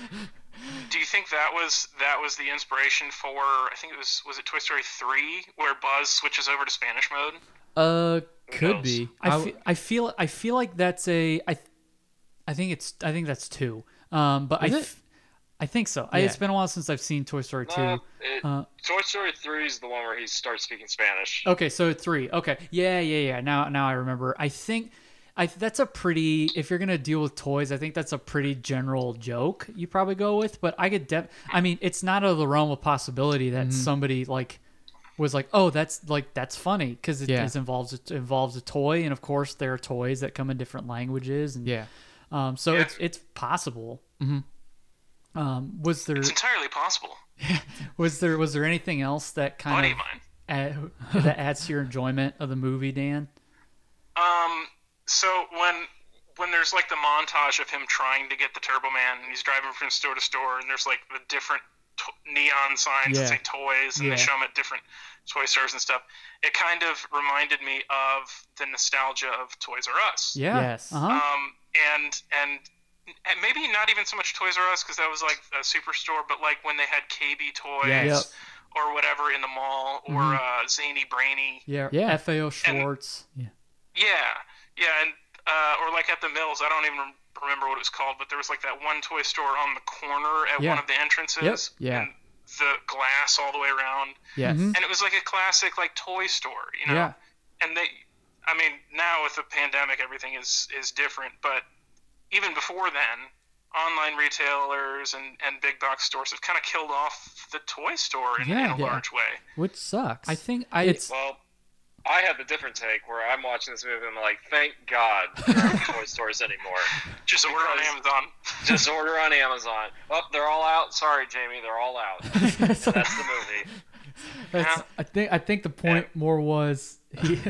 Speaker 6: Do you think that was that was the inspiration for? I think it was was it Toy Story three where Buzz switches over to Spanish mode.
Speaker 9: uh, could
Speaker 6: knows?
Speaker 9: be.
Speaker 7: I,
Speaker 9: w-
Speaker 7: fe- I feel I feel like that's a I, th- I think it's I think that's two. Um, but I,
Speaker 9: Is it?
Speaker 7: f- I think so. I,
Speaker 9: Yeah.
Speaker 7: it's been a while since I've seen Toy Story two.
Speaker 2: Uh, it,
Speaker 7: Uh,
Speaker 2: Toy Story 3 is the one where he starts speaking Spanish.
Speaker 7: Okay, so three. Okay, yeah, yeah, yeah. Now, now I remember. I think, I that's a pretty. If you're gonna deal with toys, I think that's a pretty general joke you probably go with. But I could, def- I mean, it's not out of the realm of possibility that
Speaker 9: Mm-hmm.
Speaker 7: somebody like was like, oh, that's like that's funny because it,
Speaker 9: Yeah.
Speaker 7: it involves it involves a toy, and of course there are toys that come in different languages, and
Speaker 9: yeah.
Speaker 7: Um, so it's it's possible. Mm-hmm. Um, was there
Speaker 6: It's entirely possible.
Speaker 7: was there was there anything else that kind
Speaker 6: Buddy
Speaker 7: of
Speaker 6: of mine.
Speaker 7: add, that adds to your enjoyment of the movie, Dan?
Speaker 6: Um, so when when there's like the montage of him trying to get the Turbo Man and he's driving from store to store and there's like the different t- neon signs that
Speaker 9: Yeah.
Speaker 6: say toys and
Speaker 9: Yeah.
Speaker 6: they show him at different toy stores and stuff. It kind of reminded me of the nostalgia of Toys R Us.
Speaker 7: Yeah.
Speaker 9: Yes.
Speaker 7: Uh-huh.
Speaker 6: Um, and and. And maybe not even so much Toys R Us because that was like a superstore, but like when they had KB Toys
Speaker 9: Yes.
Speaker 6: or whatever in the mall, or
Speaker 9: Mm-hmm.
Speaker 6: uh, Zany Brainy,
Speaker 7: yeah.
Speaker 9: Yeah.
Speaker 7: FAO Schwartz.
Speaker 6: Yeah, yeah, and uh, or like at the mills. I don't even remember what it was called, but there was like that one toy store on the corner at
Speaker 9: Yeah.
Speaker 6: one of the entrances.
Speaker 9: Yep. Yeah.
Speaker 6: And the glass all the way around,
Speaker 9: Yes.
Speaker 6: and it was like a classic like toy store, you know.
Speaker 9: Yeah.
Speaker 6: And they, I mean, now with the pandemic, everything is is different, but even before then. Online retailers and, and big box stores have kind of killed off the toy store in, in
Speaker 9: Yeah.
Speaker 6: a
Speaker 9: Yeah.
Speaker 6: large way.
Speaker 9: Which sucks.
Speaker 7: I think I
Speaker 9: it's
Speaker 2: Well, I have the different take where I'm watching this movie and I'm like, thank God there aren't toy stores anymore.
Speaker 6: Just order on
Speaker 2: Because-
Speaker 6: Amazon.
Speaker 2: Just order on Amazon. Oh, they're all out. Sorry, Jamie, they're all out. And that's the movie.
Speaker 9: That's, I think I think the
Speaker 2: uh,
Speaker 9: point more was he,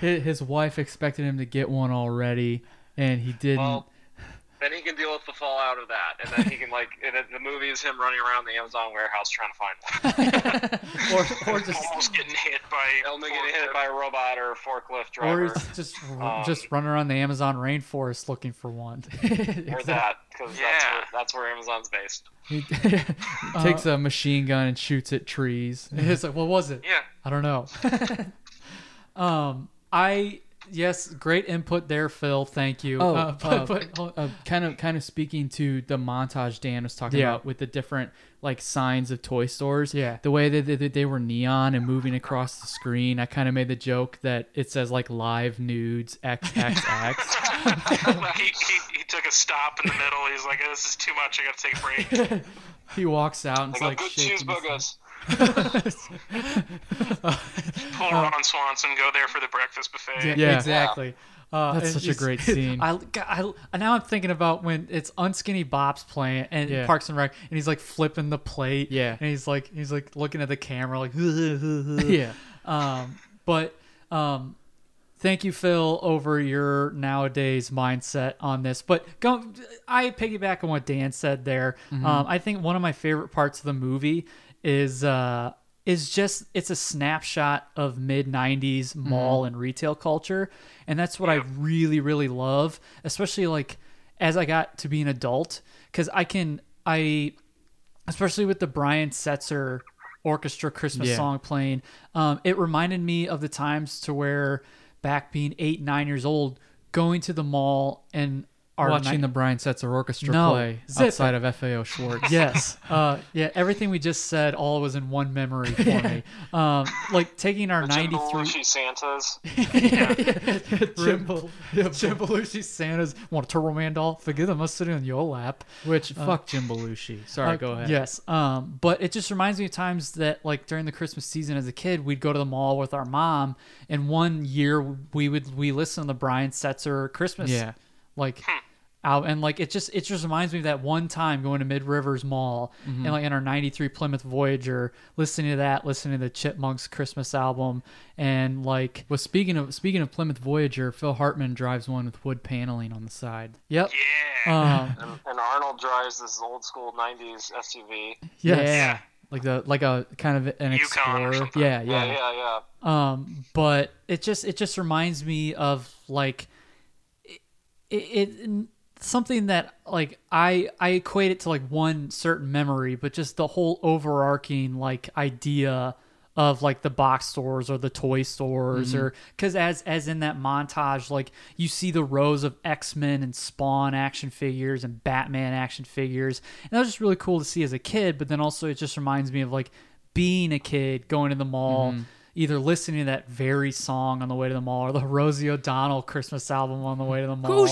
Speaker 9: hi- his wife expected him to get one already, and he didn't.
Speaker 2: Well, then he can deal with the fallout of that, and then he can like, and then the movie is him running around the Amazon warehouse trying to find one.
Speaker 9: or, or just
Speaker 6: almost getting hit by
Speaker 2: Elma getting hit by a robot or a forklift
Speaker 9: or
Speaker 2: driver,
Speaker 9: he's just r just run around the Amazon rainforest looking for one.
Speaker 2: or that, because that's,
Speaker 6: Yeah.
Speaker 2: where, that's where Amazon's based.
Speaker 9: he takes a machine gun and shoots at trees. Uh,
Speaker 7: it's like, what was it?
Speaker 6: yeah
Speaker 9: I don't know.
Speaker 7: Um, I yes, great input there, Phil. Thank you.
Speaker 9: Oh,
Speaker 7: Uh, but-
Speaker 9: uh,
Speaker 7: but- hold-
Speaker 9: uh, kind of kind of speaking to the montage Dan was talking
Speaker 7: Yeah.
Speaker 9: about with the different like signs of toy stores.
Speaker 7: Yeah.
Speaker 9: the way that they, that they were neon and moving across the screen. I kind of made the joke that it says like live nudes xxx.
Speaker 6: Like, he, he, he took a stop in the middle he's like this is too much i gotta take a break
Speaker 9: he walks out and it's
Speaker 2: Like,
Speaker 9: like,
Speaker 2: good
Speaker 9: shaking. his-
Speaker 2: cheeseburgers.
Speaker 6: pull ron swanson go there for the breakfast buffet
Speaker 9: Yeah.
Speaker 7: exactly. Uh,
Speaker 9: That's
Speaker 7: and
Speaker 9: such a
Speaker 7: it's-
Speaker 9: great scene.
Speaker 7: I, I, I- now I'm thinking about when it's Unskinny Bob's playing and
Speaker 9: Yeah.
Speaker 7: Parks and Rec, and he's like flipping the plate.
Speaker 9: Yeah.
Speaker 7: and he's like he's like looking at the camera like.
Speaker 9: Yeah,
Speaker 7: But um, thank you, Phil, over your nowadays mindset on this. But go, I piggyback on what Dan said there. Um, I think one of my favorite parts of the movie is uh, is just it's a snapshot of mid '90s mall and retail culture, and that's what I really, really love, especially like as I got to be an adult, because I can I especially with the Brian Setzer orchestra Christmas
Speaker 9: Yeah.
Speaker 7: song playing. Um, it reminded me of the times to where back being eight, nine years old, going to the mall and our
Speaker 9: watching
Speaker 7: ni-
Speaker 9: the Brian Setzer Orchestra
Speaker 7: No,
Speaker 9: play
Speaker 7: zip
Speaker 9: outside of FAO Schwartz.
Speaker 7: yes, uh, yeah, everything we just said all was in one memory for me. Um, like taking our
Speaker 2: Jim
Speaker 7: ninety three.
Speaker 2: Belushi Santas.
Speaker 7: Jim, Bel- Jim Belushi Santa's want a Turbo Man doll? Forget them, I'm sitting on your lap.
Speaker 9: Which fuck Jim Belushi. Sorry, go ahead.
Speaker 7: Yes. Um, but it just reminds me of times that, like, during the Christmas season as a kid, we'd go to the mall with our mom, and one year we would we listen to the Brian Setzer Christmas,
Speaker 9: Yeah.
Speaker 7: like, out and like it just it just reminds me of that one time going to Mid Rivers Mall
Speaker 9: Mm-hmm.
Speaker 7: and like in our '93 Plymouth Voyager, listening to that, listening to the Chipmunks Christmas album, and like,
Speaker 9: Well, speaking of speaking of Plymouth Voyager, Phil Hartman drives one with wood paneling on the side.
Speaker 7: yep,
Speaker 6: yeah
Speaker 7: um,
Speaker 2: And Arnold drives this old school 90s SUV.
Speaker 7: yes.
Speaker 9: Yeah. Like the like a kind of an
Speaker 6: Yukon or
Speaker 9: explorer.
Speaker 6: something.
Speaker 9: Yeah,
Speaker 2: Yeah,
Speaker 9: yeah.
Speaker 2: yeah, yeah.
Speaker 7: um but it just it just reminds me of like it, it, it something that like i i equate it to like one certain memory but just the whole overarching like idea of like the box stores or the toy stores or because as as in that montage like you see the rows of x-men and spawn action figures and batman action figures and that was just really cool to see as a kid but then also it just reminds me of like being a kid going to the mall either listening to that very song on the way to the mall or the rosie o'donnell christmas album on the way to the mall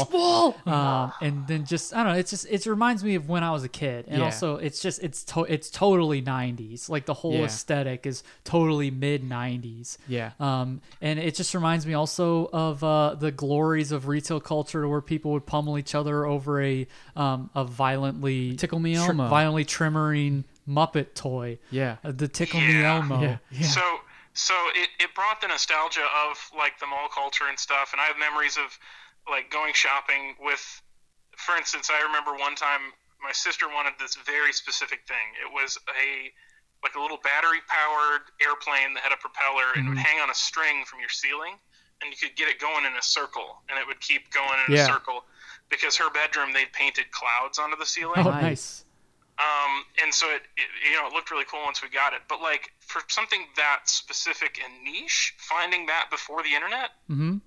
Speaker 7: um, and then just I don't know. It's just it reminds me of when I was a kid, and
Speaker 9: Yeah.
Speaker 7: also it's just it's to, it's totally '90s. Like the whole
Speaker 9: Yeah.
Speaker 7: aesthetic is totally mid '90s.
Speaker 9: Yeah.
Speaker 7: Um, and it just reminds me also of uh, the glories of retail culture, where people would pummel each other over a um, a violently
Speaker 9: Tickle Me
Speaker 7: tr-
Speaker 9: Elmo.
Speaker 7: violently trimmering Muppet toy.
Speaker 9: Yeah.
Speaker 7: Uh, the Tickle Me
Speaker 6: Yeah.
Speaker 7: Elmo.
Speaker 9: Oh, Yeah.
Speaker 6: so so it, it brought the nostalgia of like the mall culture and stuff and i have memories of like going shopping with for instance i remember one time my sister wanted this very specific thing it was a like a little battery powered airplane that had a propeller and would
Speaker 9: Mm-hmm.
Speaker 6: hang on a string from your ceiling and you could get it going in a circle and it would keep going in
Speaker 9: Yeah.
Speaker 6: a circle because her bedroom they painted clouds onto the ceiling
Speaker 9: Oh,
Speaker 7: Nice.
Speaker 9: nice.
Speaker 6: um, and so it, it, you know, it looked really cool once we got it. But like for something that specific and niche, finding that before the internet,
Speaker 7: Mhm.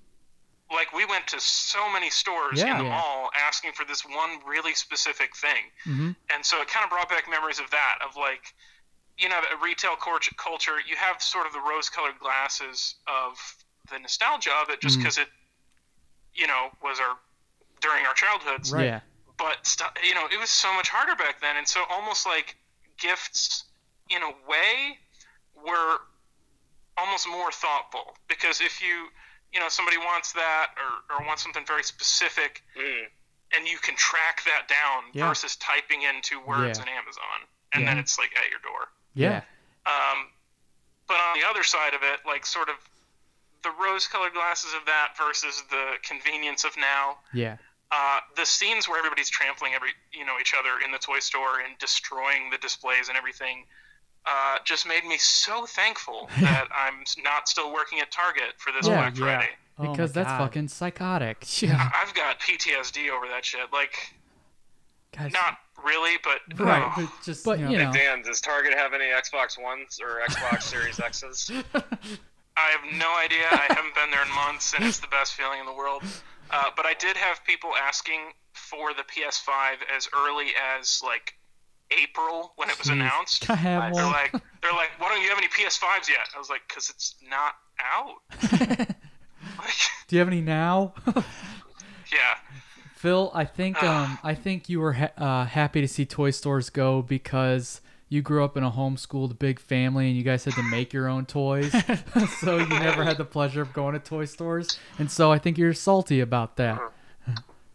Speaker 6: like we went to so many stores
Speaker 9: Mm-hmm. Yeah.
Speaker 6: in the
Speaker 9: Yeah.
Speaker 6: mall asking for this one really specific thing
Speaker 9: Mm-hmm.
Speaker 6: and so it kind of brought back memories of that of like you know a retail cort- culture you have sort of the rose colored glasses of the nostalgia of it just
Speaker 9: Mm.
Speaker 6: because it you know was our during our childhoods
Speaker 9: Yeah.
Speaker 6: but stu you know it was so much harder back then and so almost like gifts in a way were almost more thoughtful because if you you know somebody wants that or, or wants something very specific and you can track that down
Speaker 9: Yeah.
Speaker 6: versus typing into words
Speaker 9: Yeah.
Speaker 6: in amazon and then
Speaker 9: Yeah.
Speaker 6: it's like at your door
Speaker 9: Yeah.
Speaker 6: um, but on the other side of it, like sort of the rose-colored glasses of that versus the convenience of now.
Speaker 9: Yeah.
Speaker 6: Uh, the scenes where everybody's trampling every you know each other in the toy store and destroying the displays and everything uh, just made me so thankful that I'm s- not still working at Target for this
Speaker 9: Yeah,
Speaker 6: Black
Speaker 9: yeah.
Speaker 6: Friday.
Speaker 7: Oh my
Speaker 9: Because that's
Speaker 7: God.
Speaker 9: fucking psychotic.
Speaker 7: Yeah.
Speaker 6: I- I've got PTSD over that shit. Like,
Speaker 9: God,
Speaker 6: not really, but
Speaker 7: Right.
Speaker 6: oh,
Speaker 7: But just
Speaker 9: But,
Speaker 7: you
Speaker 9: you
Speaker 7: know,
Speaker 9: know.
Speaker 8: Dan, does Target have any Xbox Ones or Xbox Series X's?
Speaker 6: I have no idea. I haven't been there in months, and it's the best feeling in the world. Uh, but I did have people asking for the PS5 as early as like April when it was announced.
Speaker 9: I have
Speaker 6: They're
Speaker 9: one.
Speaker 6: like, they're like, why don't you have any PS5s yet? I was like, because it's not out. like,
Speaker 9: Do you have any now?
Speaker 6: yeah,
Speaker 9: Phil, I think um, I think you were ha- uh, happy to see toy stores go because you grew up in a homeschooled big family and you guys had to make your own toys, so you never had the pleasure of going to toy stores, and so I think you're salty about that.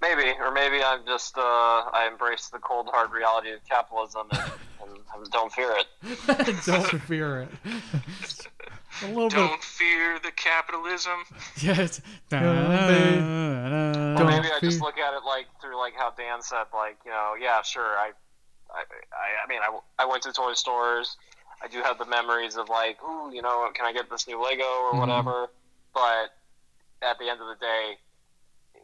Speaker 8: Maybe, or maybe I'm just uh, I embrace the cold hard reality of capitalism and, and I don't fear it.
Speaker 9: Don't fear it.
Speaker 7: a little bit.
Speaker 6: don't fear the capitalism.
Speaker 7: Yes. Uh,
Speaker 9: Don't
Speaker 8: Or maybe I just
Speaker 9: fear-
Speaker 8: look at it like through like how Dan said, like you know, yeah, sure. I, I, I, I mean, I, I went to toy stores. I do have the memories of like, ooh, you know, can I get this new Lego or
Speaker 9: Mm-hmm.
Speaker 8: whatever? But at the end of the day,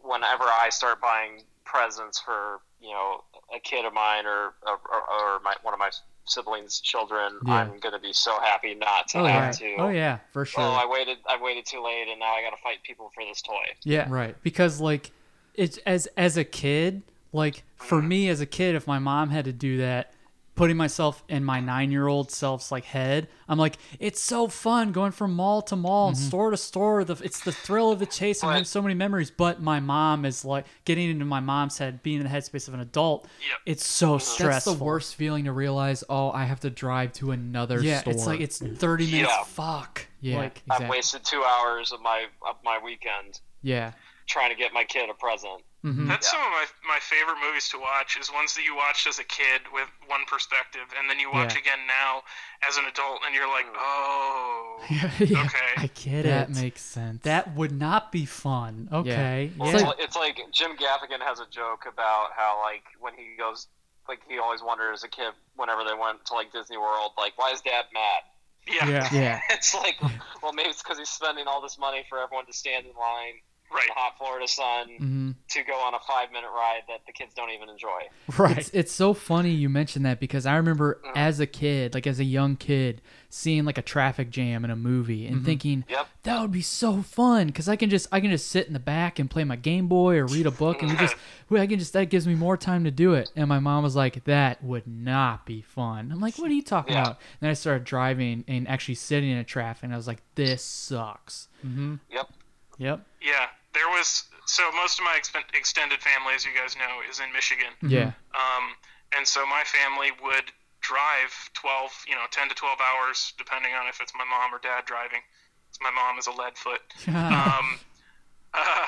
Speaker 8: whenever I start buying presents for you know a kid of mine or or, or my, one of my siblings' children,
Speaker 9: Yeah.
Speaker 8: I'm gonna be so happy not to
Speaker 9: Oh yeah.
Speaker 8: have to.
Speaker 9: oh yeah, for sure.
Speaker 8: Oh, I waited. I waited too late, and now I got to fight people for this toy.
Speaker 7: Yeah.
Speaker 9: Right.
Speaker 7: Because like it's as as a kid, like for me as a kid, if my mom had to do that, putting myself in my nine year old self's like head, I'm like, it's so fun going from mall to mall
Speaker 9: Mm-hmm.
Speaker 7: and store to store. The it's the thrill of the chase and having so many memories. But my mom is like getting into my mom's head, being in the headspace of an adult.
Speaker 6: Yep.
Speaker 7: It's
Speaker 8: Mm-hmm.
Speaker 7: so stressful.
Speaker 9: That's the worst feeling to realize. Oh, I have to drive to another
Speaker 7: Yeah,
Speaker 9: store.
Speaker 7: it's like it's thirty minutes.
Speaker 8: Yeah.
Speaker 7: Fuck.
Speaker 9: yeah,
Speaker 7: Like
Speaker 8: I've
Speaker 9: exactly.
Speaker 8: wasted two hours of my of my weekend
Speaker 9: yeah,
Speaker 8: trying to get my kid a present.
Speaker 6: That's some of my, my favorite movies to watch is ones that you watched as a kid with one perspective, and then you watch
Speaker 9: Yeah.
Speaker 6: again now as an adult, and you're like, oh,
Speaker 7: yeah,
Speaker 6: okay.
Speaker 7: I get
Speaker 9: that
Speaker 7: it.
Speaker 9: makes sense.
Speaker 7: that would not be fun. Okay.
Speaker 9: Yeah.
Speaker 8: It's, like, it's like Jim Gaffigan has a joke about how like when he goes like he always wondered as a kid whenever they went to like Disney World like why is Dad mad?
Speaker 6: yeah,
Speaker 9: yeah,
Speaker 8: It's like well maybe it's because he's spending all this money for everyone to stand in line in
Speaker 6: right.
Speaker 8: the hot Florida sun
Speaker 9: Mm-hmm.
Speaker 8: to go on a five minute ride that the kids don't even enjoy.
Speaker 9: It's, it's so funny you mentioned that because I remember
Speaker 8: Mm.
Speaker 9: as a kid, like as a young kid, seeing like a traffic jam in a movie and thinking
Speaker 8: Yep.
Speaker 9: that would be so fun because I can just I can just sit in the back and play my Game Boy or read a book and we just we- I can just that gives me more time to do it. And my mom was like, "That would not be fun." I'm like, "What are you talking about?" And then I started driving and actually sitting in a traffic and I was like, "This sucks."
Speaker 8: Yep.
Speaker 9: Yep.
Speaker 6: Yeah, there was. So most of my expen- extended family, as you guys know, is in Michigan.
Speaker 7: Mm-hmm.
Speaker 9: Yeah.
Speaker 6: Um, and so my family would drive 12, you know, 10 to 12 hours, depending on if it's my mom or dad driving. 'cause My mom is a lead foot. um, uh,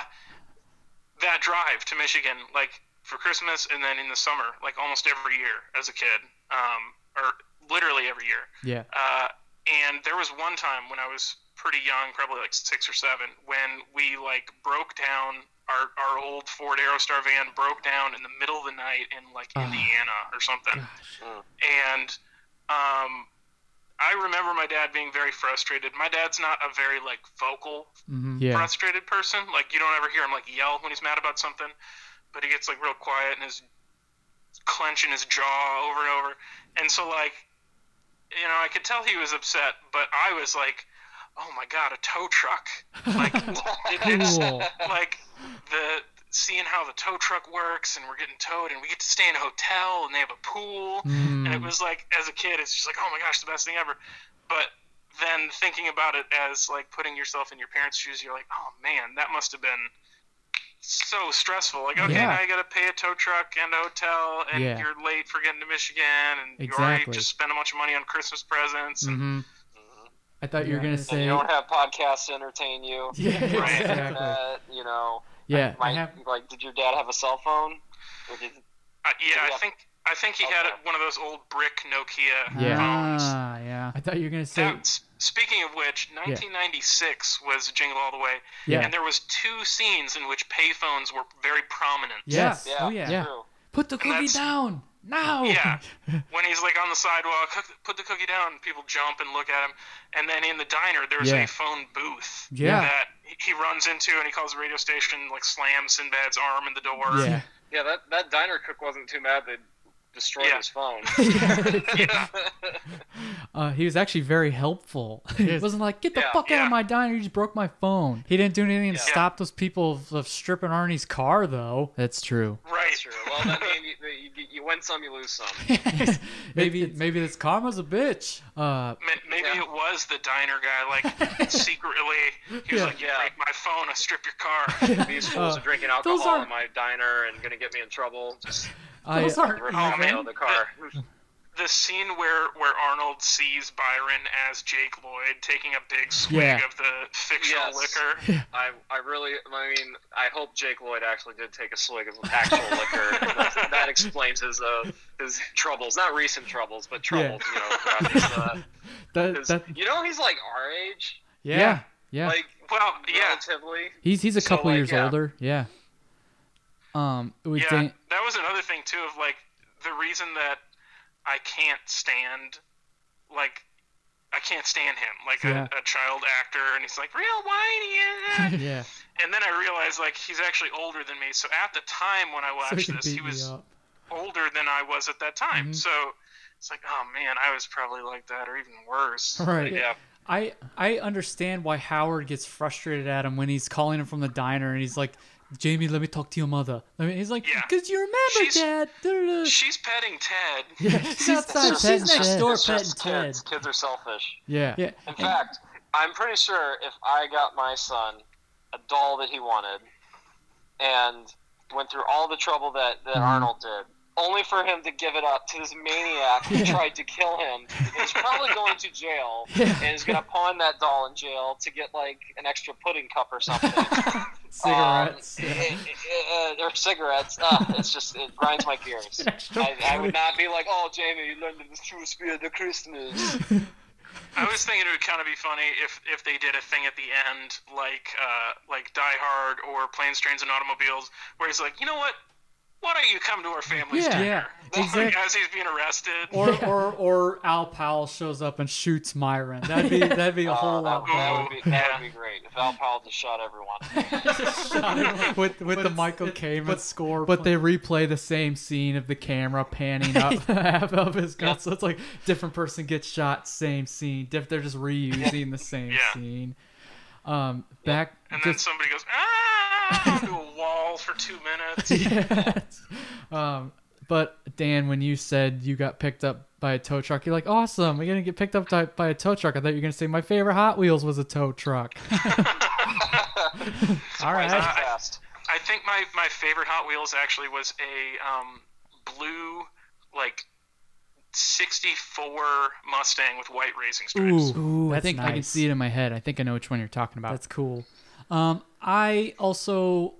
Speaker 6: that drive to Michigan, like for Christmas and then in the summer, like almost every year as a kid, um, or literally every year.
Speaker 9: Yeah.
Speaker 6: Uh, and there was one time when I was pretty young, probably like six or seven, when we like broke down our, our old Ford Aerostar van broke down in the middle of the night in like Indiana or something. And um, I remember my dad being very frustrated. My dad's not a very like vocal
Speaker 9: Yeah.
Speaker 6: frustrated person. Like you don't ever hear him like yell when he's mad about something, but he gets like real quiet and is clenching his jaw over and over. And so like, you know, I could tell he was upset, but I was like, oh my god, a tow truck. Like, it- it's,
Speaker 9: Cool.
Speaker 6: like the seeing how the tow truck works and we're getting towed and we get to stay in a hotel and they have a pool and it
Speaker 9: Hmm.
Speaker 6: was like as a kid it's just like oh my gosh the best thing ever but then thinking about it as like putting yourself in your parents shoes you're like oh man that must have been so stressful like okay
Speaker 9: Yeah.
Speaker 6: now you gotta pay a tow truck and a hotel and
Speaker 9: Yeah.
Speaker 6: you're late for getting to michigan and you already
Speaker 9: Exactly.
Speaker 6: just spent a bunch of money on christmas presents and
Speaker 9: hmm I thought you were gonna say
Speaker 8: You don't have podcasts to entertain you.
Speaker 9: yeah,
Speaker 6: Right.
Speaker 9: exactly.
Speaker 8: Uh, you know,
Speaker 9: Yeah,
Speaker 8: my,
Speaker 9: I have.
Speaker 8: like, did your dad have a cell phone? Or did,
Speaker 6: Uh, yeah, I
Speaker 8: Yeah.
Speaker 6: think I think he had
Speaker 8: Okay.
Speaker 6: one of those old brick Nokia
Speaker 9: Yeah.
Speaker 6: phones.
Speaker 7: Ah, yeah.
Speaker 9: I thought you were gonna say
Speaker 6: That, s- speaking of which, 1996 was Jingle All the Way,
Speaker 9: Yeah.
Speaker 6: and there was two scenes in which payphones were very prominent.
Speaker 9: yes.
Speaker 8: yeah,
Speaker 7: Oh, yeah.
Speaker 9: Yeah.
Speaker 8: true.
Speaker 9: Put the cookie
Speaker 6: that's-
Speaker 9: down now.
Speaker 6: Yeah. when he's like on the sidewalk, "Hook- put the cookie down. People jump and look at him, and then in the diner there's
Speaker 9: Yeah.
Speaker 6: a phone booth
Speaker 9: Yeah.
Speaker 6: that he- he runs into and he calls the radio station, like slams Sinbad's arm in the door.
Speaker 9: yeah.
Speaker 8: Yeah, that, that diner cook wasn't too mad they destroyed
Speaker 6: Yeah.
Speaker 8: his phone.
Speaker 9: Uh, he was actually very helpful. he wasn't like, get the
Speaker 8: Yeah,
Speaker 9: fuck out
Speaker 6: yeah.
Speaker 9: of my diner. You just broke my phone.
Speaker 7: He didn't do anything to stop those people of- of stripping Arnie's car, though.
Speaker 9: That's true.
Speaker 6: Right.
Speaker 8: That's true. Well, that mean, you, you, you win some, you lose some.
Speaker 7: Maybe maybe this karma's a bitch.
Speaker 9: Uh,
Speaker 6: Ma- Maybe it was the diner guy, like secretly. He was like, "You
Speaker 8: Yeah.
Speaker 6: break my phone, I strip your car."
Speaker 8: These fools
Speaker 9: Uh,
Speaker 8: are drinking alcohol
Speaker 9: those are-
Speaker 8: in my diner and gonna get me in trouble. Just
Speaker 9: I,
Speaker 7: Those aren't
Speaker 8: rip
Speaker 6: Oh,
Speaker 8: off
Speaker 6: man.
Speaker 8: the car.
Speaker 6: the scene where where Arnold sees Byron as Jake Lloyd taking a big swig
Speaker 9: Yeah.
Speaker 6: of the fictional
Speaker 8: Yes.
Speaker 6: liquor.
Speaker 8: I, I really, I mean, I hope Jake Lloyd actually did take a swig of actual liquor. That, that explains his uh, his troubles, not recent troubles, but troubles. You know, throughout his, uh,
Speaker 9: that,
Speaker 8: his-
Speaker 9: that,
Speaker 8: you know, he's like our age,
Speaker 9: yeah. Yeah.
Speaker 8: like
Speaker 6: Well, yeah,
Speaker 8: relatively.
Speaker 9: he's he's a
Speaker 8: so,
Speaker 9: couple
Speaker 8: like,
Speaker 9: years
Speaker 8: yeah.
Speaker 9: older. Yeah. Um, with
Speaker 6: yeah.
Speaker 9: Dan-
Speaker 6: That was another thing too of like the reason that I can't stand like I can't stand him like
Speaker 9: Yeah.
Speaker 6: a, a child actor, and he's like real whiny. eh, eh."
Speaker 9: yeah.
Speaker 6: and then I realized like he's actually older than me. So at the time when I
Speaker 9: So he
Speaker 6: watched
Speaker 9: can
Speaker 6: this,
Speaker 9: beat
Speaker 6: he
Speaker 9: me
Speaker 6: was
Speaker 9: up.
Speaker 6: older than I was at that time. So it's like, oh man, I was probably like that or even worse.
Speaker 9: Right.
Speaker 6: Yeah.
Speaker 7: I I understand why Howard gets frustrated at him when he's calling him from the diner and he's like, Jamie, let me talk to your mother. I mean, he's like,
Speaker 6: Yeah.
Speaker 7: because you remember,
Speaker 6: She's-
Speaker 7: Dad. Da-da-da.
Speaker 6: She's petting Ted.
Speaker 7: She's outside.
Speaker 9: just-
Speaker 7: She's
Speaker 9: it's
Speaker 7: next
Speaker 9: just-
Speaker 7: door
Speaker 8: It's
Speaker 7: petting
Speaker 8: just
Speaker 7: Ted.
Speaker 8: kids. Kids are selfish.
Speaker 9: Yeah.
Speaker 7: Yeah.
Speaker 8: In fact, I'm pretty sure if I got my son a doll that he wanted and went through all the trouble that, that Arnold did, only for him to give it up to this maniac who tried to kill him, he's probably going to jail and is going to pawn that doll in jail to get like an extra pudding cup or something.
Speaker 7: Cigarettes.
Speaker 8: Um, eh, eh, eh, or cigarettes. Ah, it's just, it grinds my gears. I, I would not be like, oh, Jamie, you learned the true spirit of Christmas.
Speaker 6: I was thinking it would kind of be funny if if they did a thing at the end like uh, like Die Hard or Planes, Trains, and Automobiles, where he's like, you know what? Why don't you come to our family's
Speaker 9: Yeah.
Speaker 6: dinner?
Speaker 7: Yeah, exactly.
Speaker 6: As he's being arrested.
Speaker 7: Or, or or Al Powell shows up and shoots Myron. That'd be that'd be a
Speaker 8: Oh,
Speaker 7: whole lot
Speaker 8: that, that would
Speaker 7: better
Speaker 8: be that would be great if Al Powell just shot everyone.
Speaker 7: with with the
Speaker 9: it's-
Speaker 7: Michael
Speaker 9: it-
Speaker 7: Kamen
Speaker 9: but-
Speaker 7: score.
Speaker 9: But they replay the same scene of the camera panning up half of his gun. So it's like different person gets shot, same scene. Diff- they're just reusing the same
Speaker 6: Yeah.
Speaker 9: scene. Um, back
Speaker 6: and then
Speaker 9: just,
Speaker 6: somebody goes, ah, onto a wall for two minutes.
Speaker 9: um, but Dan, when you said you got picked up by a tow truck, you're like, awesome! We're gonna get picked up by, by a tow truck. I thought you were gonna say my favorite Hot Wheels was a tow truck. All right.
Speaker 8: Fast.
Speaker 6: I think my, my favorite Hot Wheels actually was a um, blue like '64 Mustang with white racing stripes.
Speaker 9: Ooh, I
Speaker 7: that's
Speaker 9: think I can
Speaker 7: nice.
Speaker 9: see it in my head. I think I know which one you're talking about.
Speaker 7: That's cool. Um, I also,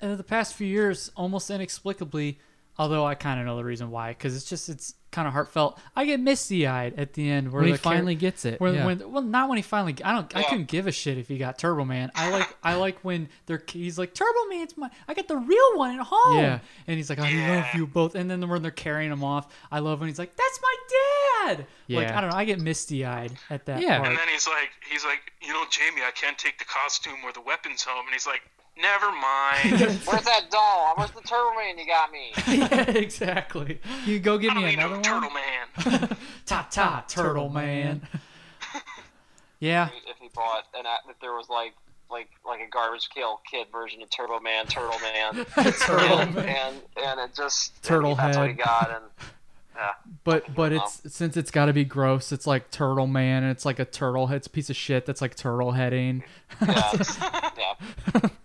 Speaker 7: in the past few years, almost inexplicably, although I kind of know the reason why, because it's just it's kind of heartfelt. I get misty eyed at the end where
Speaker 9: When he
Speaker 7: the char-
Speaker 9: finally gets it,
Speaker 7: When,
Speaker 9: yeah.
Speaker 7: when, well, not when he finally. I don't. I couldn't give a shit if he got Turbo Man. I like. I like when they're. He's like Turbo Man's my. I got the real one at home.
Speaker 9: Yeah.
Speaker 7: And he's like, I
Speaker 6: Yeah.
Speaker 7: love you both. And then when they're carrying him off, I love when he's like, that's my dad. Like
Speaker 9: Yeah.
Speaker 7: I don't know. I get misty eyed at that.
Speaker 9: Yeah.
Speaker 7: Part.
Speaker 6: And then he's like, he's like, you know, Jamie, I can't take the costume or the weapons home. And he's like, never mind.
Speaker 8: Where's that doll? Where's the Turbo Man you got me?
Speaker 9: yeah, exactly. You go give
Speaker 6: I
Speaker 9: me
Speaker 6: mean,
Speaker 9: another
Speaker 6: no,
Speaker 9: one.
Speaker 6: Turtle Man.
Speaker 7: Ta ta, Turtle Man. yeah,
Speaker 8: If he bought an app that there was like like like a garbage pail kid version of Turbo Man, Turtle Man,
Speaker 9: Turtle
Speaker 8: and, and and it just
Speaker 9: Turtle
Speaker 8: and That's what he
Speaker 9: head.
Speaker 8: got, and yeah,
Speaker 9: But but it's since it's got to be gross, it's like Turtle Man, and it's like a turtle head. It's a piece of shit that's like turtle heading.
Speaker 8: yeah, it's- yeah.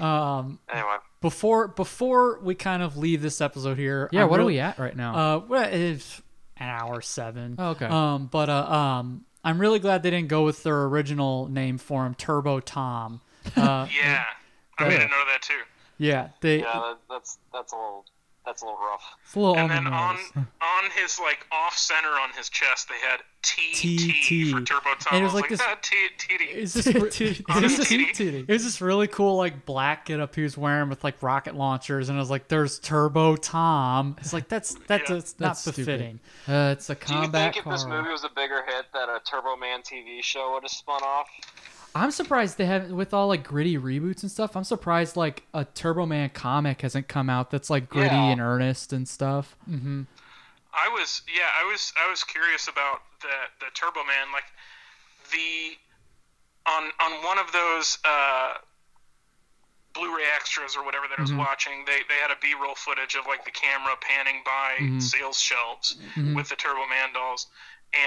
Speaker 8: Um. Anyway,
Speaker 7: Before before we kind of leave this episode here,
Speaker 9: Yeah,
Speaker 7: I'm
Speaker 9: what are
Speaker 7: real-
Speaker 9: we at right now?
Speaker 7: Uh, well, it's an hour seven.
Speaker 9: Oh, okay.
Speaker 7: Um, but uh, um, I'm really glad they didn't go with their original name for him, Turbo Tom. Uh,
Speaker 6: Yeah, I'm gonna know that too.
Speaker 7: yeah, they.
Speaker 8: yeah, that, that's that's a little that's a little rough.
Speaker 9: it's a little on
Speaker 7: um,
Speaker 6: And
Speaker 9: the
Speaker 6: then on
Speaker 9: nose.
Speaker 6: on his like off center on his chest, they had T
Speaker 7: T,
Speaker 6: T for
Speaker 7: T.
Speaker 6: Turbo Tom.
Speaker 7: And it
Speaker 6: I
Speaker 7: was
Speaker 6: was like,
Speaker 7: like this-
Speaker 6: "Ah, T T T."
Speaker 7: Is this, re- is this,
Speaker 6: Titty.
Speaker 7: it was this really cool like black get up he was wearing with like rocket launchers and I was like there's Turbo Tom it's like that's that's,
Speaker 6: Yeah.
Speaker 7: it's not
Speaker 9: That's stupid.
Speaker 7: befitting
Speaker 9: Uh, it's a
Speaker 8: Do you
Speaker 9: combat
Speaker 8: think if this
Speaker 9: car.
Speaker 8: movie was a bigger hit, that a Turbo Man TV show would have spun off?
Speaker 9: I'm surprised they haven't with all like gritty reboots and stuff. I'm surprised like a Turbo Man comic hasn't come out that's like gritty
Speaker 8: Yeah.
Speaker 9: and earnest and stuff.
Speaker 6: I was yeah, I was I was curious about the the Turbo Man like the on on one of those uh, Blu-ray extras or whatever that I was watching, they they had a B-roll footage of like the camera panning by sales shelves with the Turbo Man dolls.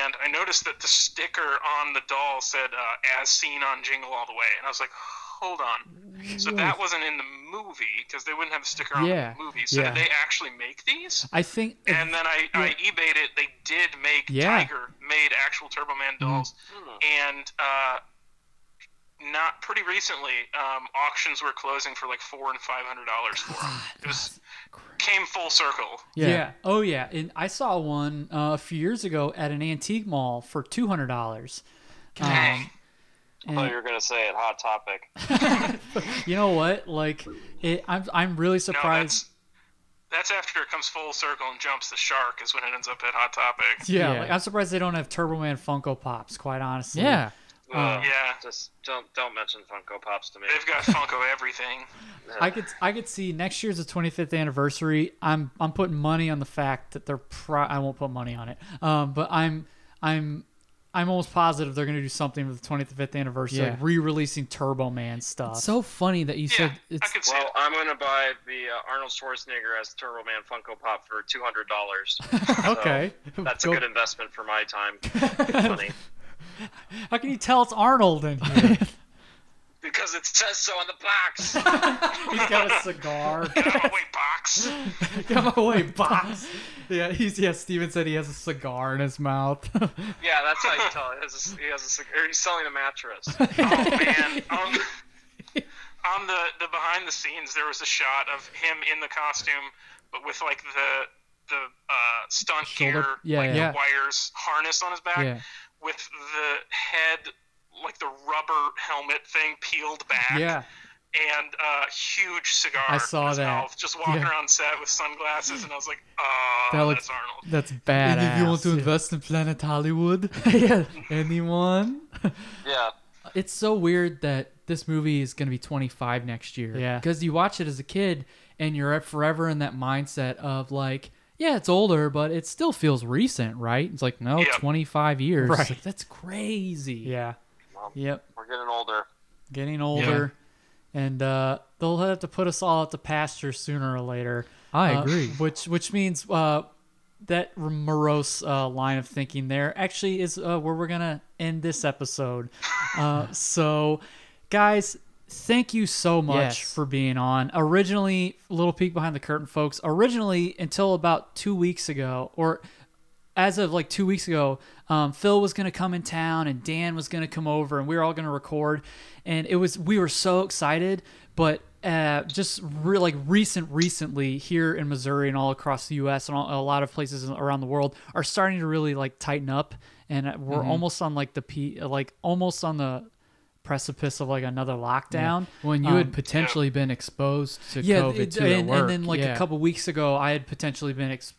Speaker 6: And I noticed that the sticker on the doll said uh, "as seen on Jingle All the Way," and I was like, "Hold on!" So that wasn't in the movie because they wouldn't have the sticker on
Speaker 9: Yeah,
Speaker 6: the movie. So
Speaker 7: yeah.
Speaker 6: did they actually make these?
Speaker 7: I think
Speaker 6: and then I, I eBayed it. They did make
Speaker 9: Yeah. Mm-hmm.
Speaker 6: Tiger made actual Turbo Man dolls,
Speaker 8: Hmm.
Speaker 6: and uh, not pretty recently, um, auctions were closing for like four and five hundred dollars for them. It was came full circle.
Speaker 7: yeah. oh yeah and I saw one uh, a few years ago at an antique mall for two hundred dollars Um,
Speaker 6: Dang.
Speaker 8: I thought you were gonna say it. Hot topic.
Speaker 7: you know what like it, I'm I'm really
Speaker 6: no,
Speaker 7: surprised
Speaker 6: that's that's after it comes full circle and jumps the shark is when it ends up at Hot Topic.
Speaker 7: yeah,
Speaker 9: Yeah.
Speaker 7: Like, I'm surprised they don't have Turbo Man Funko Pops quite honestly
Speaker 9: Yeah.
Speaker 8: Uh,
Speaker 6: Yeah,
Speaker 8: Just don't don't mention Funko Pops to me.
Speaker 6: they've got Funko everything.
Speaker 7: I could I could see next year's the 25th anniversary. I'm I'm putting money on the fact that they're pro- I won't put money on it. Um, but I'm I'm I'm almost positive they're going to do something with the 25th anniversary,
Speaker 9: Yeah.
Speaker 7: re-releasing Turbo Man stuff.
Speaker 9: So funny that you
Speaker 6: Yeah,
Speaker 9: said
Speaker 6: I
Speaker 9: it's
Speaker 6: could see
Speaker 8: Well,
Speaker 6: it.
Speaker 8: I'm gonna buy the uh, Arnold Schwarzenegger as Turbo Man Funko Pop for two hundred dollars.
Speaker 7: okay,
Speaker 8: That's a
Speaker 7: Go-
Speaker 8: good investment for my time. Funny.
Speaker 7: How can you tell it's Arnold in here?
Speaker 8: Because it says so on the box.
Speaker 7: he's got a cigar.
Speaker 6: Out of my way, Oh, box.
Speaker 7: Come away, box. Yeah, he's yeah. Steven said he has a cigar in his mouth.
Speaker 8: yeah, that's how you tell. It. He has a, he has a, cig- or he's selling a mattress.
Speaker 6: Oh, man. On, on the, the behind the scenes, there was a shot of him in the costume, but with like the the uh, stunt
Speaker 9: Shoulder-
Speaker 6: gear,
Speaker 9: yeah,
Speaker 6: like
Speaker 9: yeah.
Speaker 6: the wires harness on his back,
Speaker 9: Yeah.
Speaker 6: with the head, like the rubber helmet thing peeled back,
Speaker 7: yeah,
Speaker 6: and a huge cigar.
Speaker 9: I saw
Speaker 6: in his
Speaker 9: that.
Speaker 6: Mouth, just walking
Speaker 9: Yeah.
Speaker 6: around set with sunglasses, and I was like, oh,
Speaker 9: That looks-
Speaker 6: that's Arnold.
Speaker 9: that's badass. yeah.
Speaker 7: invest in Planet Hollywood, yeah, anyone?
Speaker 8: yeah.
Speaker 9: it's so weird that this movie is going to be 25 next year.
Speaker 7: Yeah.
Speaker 9: Because you watch it as a kid and you're forever in that mindset of like, yeah, it's older, but it still feels recent, right? It's like, no,
Speaker 6: Yeah.
Speaker 9: 25 years. It's
Speaker 7: Right.
Speaker 9: like, That's crazy.
Speaker 7: Yeah. Yep.
Speaker 8: We're getting older.
Speaker 7: getting older, and uh, they'll have to put us all out to pasture sooner or later.
Speaker 9: I
Speaker 7: Uh,
Speaker 9: agree.
Speaker 7: which which means uh, that morose uh, line of thinking there actually is uh, where we're gonna end this episode. Uh, so, guys. Thank you so much
Speaker 9: Yes.
Speaker 7: for being on. Originally, little peek behind the curtain, folks. Originally, until about two weeks ago, or as of like two weeks ago, um, Phil was gonna come in town and Dan was gonna come over and we were all gonna record, and it was we were so excited, but uh, just re- like recent recently here in Missouri and all across the U.S. and all, a lot of places around the world are starting to really like tighten up, and we're
Speaker 9: Mm-hmm.
Speaker 7: almost on like the pe- like almost on the precipice of like another lockdown
Speaker 9: When you
Speaker 7: Um,
Speaker 9: had potentially been exposed to COVID
Speaker 7: it-
Speaker 9: too at
Speaker 7: and,
Speaker 9: work.
Speaker 7: and then like
Speaker 9: Yeah.
Speaker 7: a couple weeks ago, I had potentially been ex-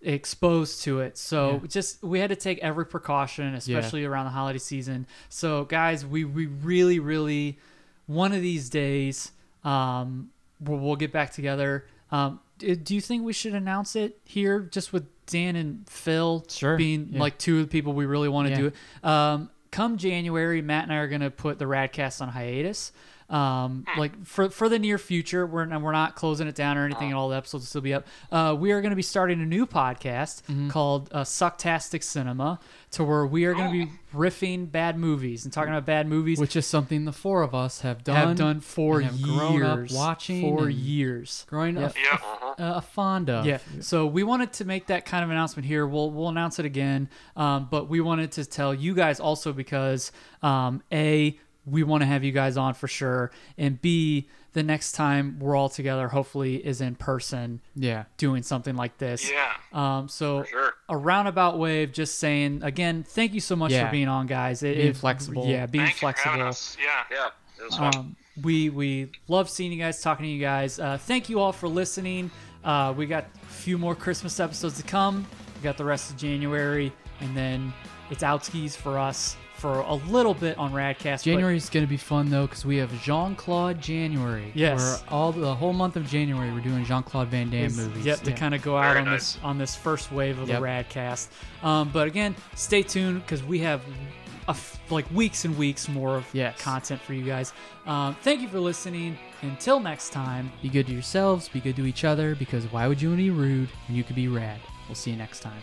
Speaker 7: exposed to it. So just we had to take every precaution, especially around the holiday season. So guys, we we really really one of these days um, we'll, we'll get back together. Um, d- do you think we should announce it here, just with Dan and Phil
Speaker 9: Sure,
Speaker 7: being
Speaker 9: yeah.
Speaker 7: like two of the people we really want to
Speaker 9: Yeah.
Speaker 7: do it? Um, come January, Matt and I are going to put the Radcast on hiatus. Um, like for for the near future, we're and we're not closing it down or anything, and all the episodes will still be up. Uh, we are going to be starting a new podcast
Speaker 9: Mm-hmm.
Speaker 7: called uh, Sucktastic Cinema, to where we are going to be riffing bad movies and talking about bad movies
Speaker 9: which is something the four of us have done.
Speaker 7: have done for
Speaker 9: and have
Speaker 7: years,
Speaker 9: grown up watching
Speaker 7: for
Speaker 9: and
Speaker 7: years.
Speaker 9: Growing up,
Speaker 6: Yeah.
Speaker 9: uh, fond of.
Speaker 7: Yeah. So we wanted to make that kind of announcement here. We'll we'll announce it again, um, but we wanted to tell you guys also because um, a we want to have you guys on for sure, and b the next time we're all together hopefully is in person
Speaker 9: Yeah.
Speaker 7: doing something like this.
Speaker 6: Yeah.
Speaker 7: Um, so
Speaker 2: Sure.
Speaker 7: a roundabout way of just saying again, thank you so much
Speaker 9: Yeah.
Speaker 7: for being on, guys. It,
Speaker 9: Being
Speaker 7: it-
Speaker 9: flexible.
Speaker 7: Yeah, being
Speaker 6: Thank you for
Speaker 7: flexible
Speaker 6: having us. Yeah.
Speaker 2: Yeah, it was fun.
Speaker 7: um, we we love seeing you guys talking to you guys uh, thank you all for listening uh, we got a few more christmas episodes to come we got the rest of january and then it's out skis for us for a little bit on radcast but-
Speaker 9: January is going to be fun though because we have Jean Claude January.
Speaker 7: Yes.
Speaker 9: Where all the whole month of January we're doing Jean Claude Van Damme movies.
Speaker 7: Yep, to
Speaker 9: Yeah.
Speaker 7: kind of go out
Speaker 6: Very
Speaker 7: on
Speaker 6: nice.
Speaker 7: this on this first wave of
Speaker 9: Yep.
Speaker 7: the Radcast. Um, but again, stay tuned because we have a f- like weeks and weeks more of
Speaker 9: Yes.
Speaker 7: content for you guys. Um, thank you for listening. Until next time.
Speaker 9: Be good to yourselves. Be good to each other because why would you want to be rude when you could be rad? We'll see you next time.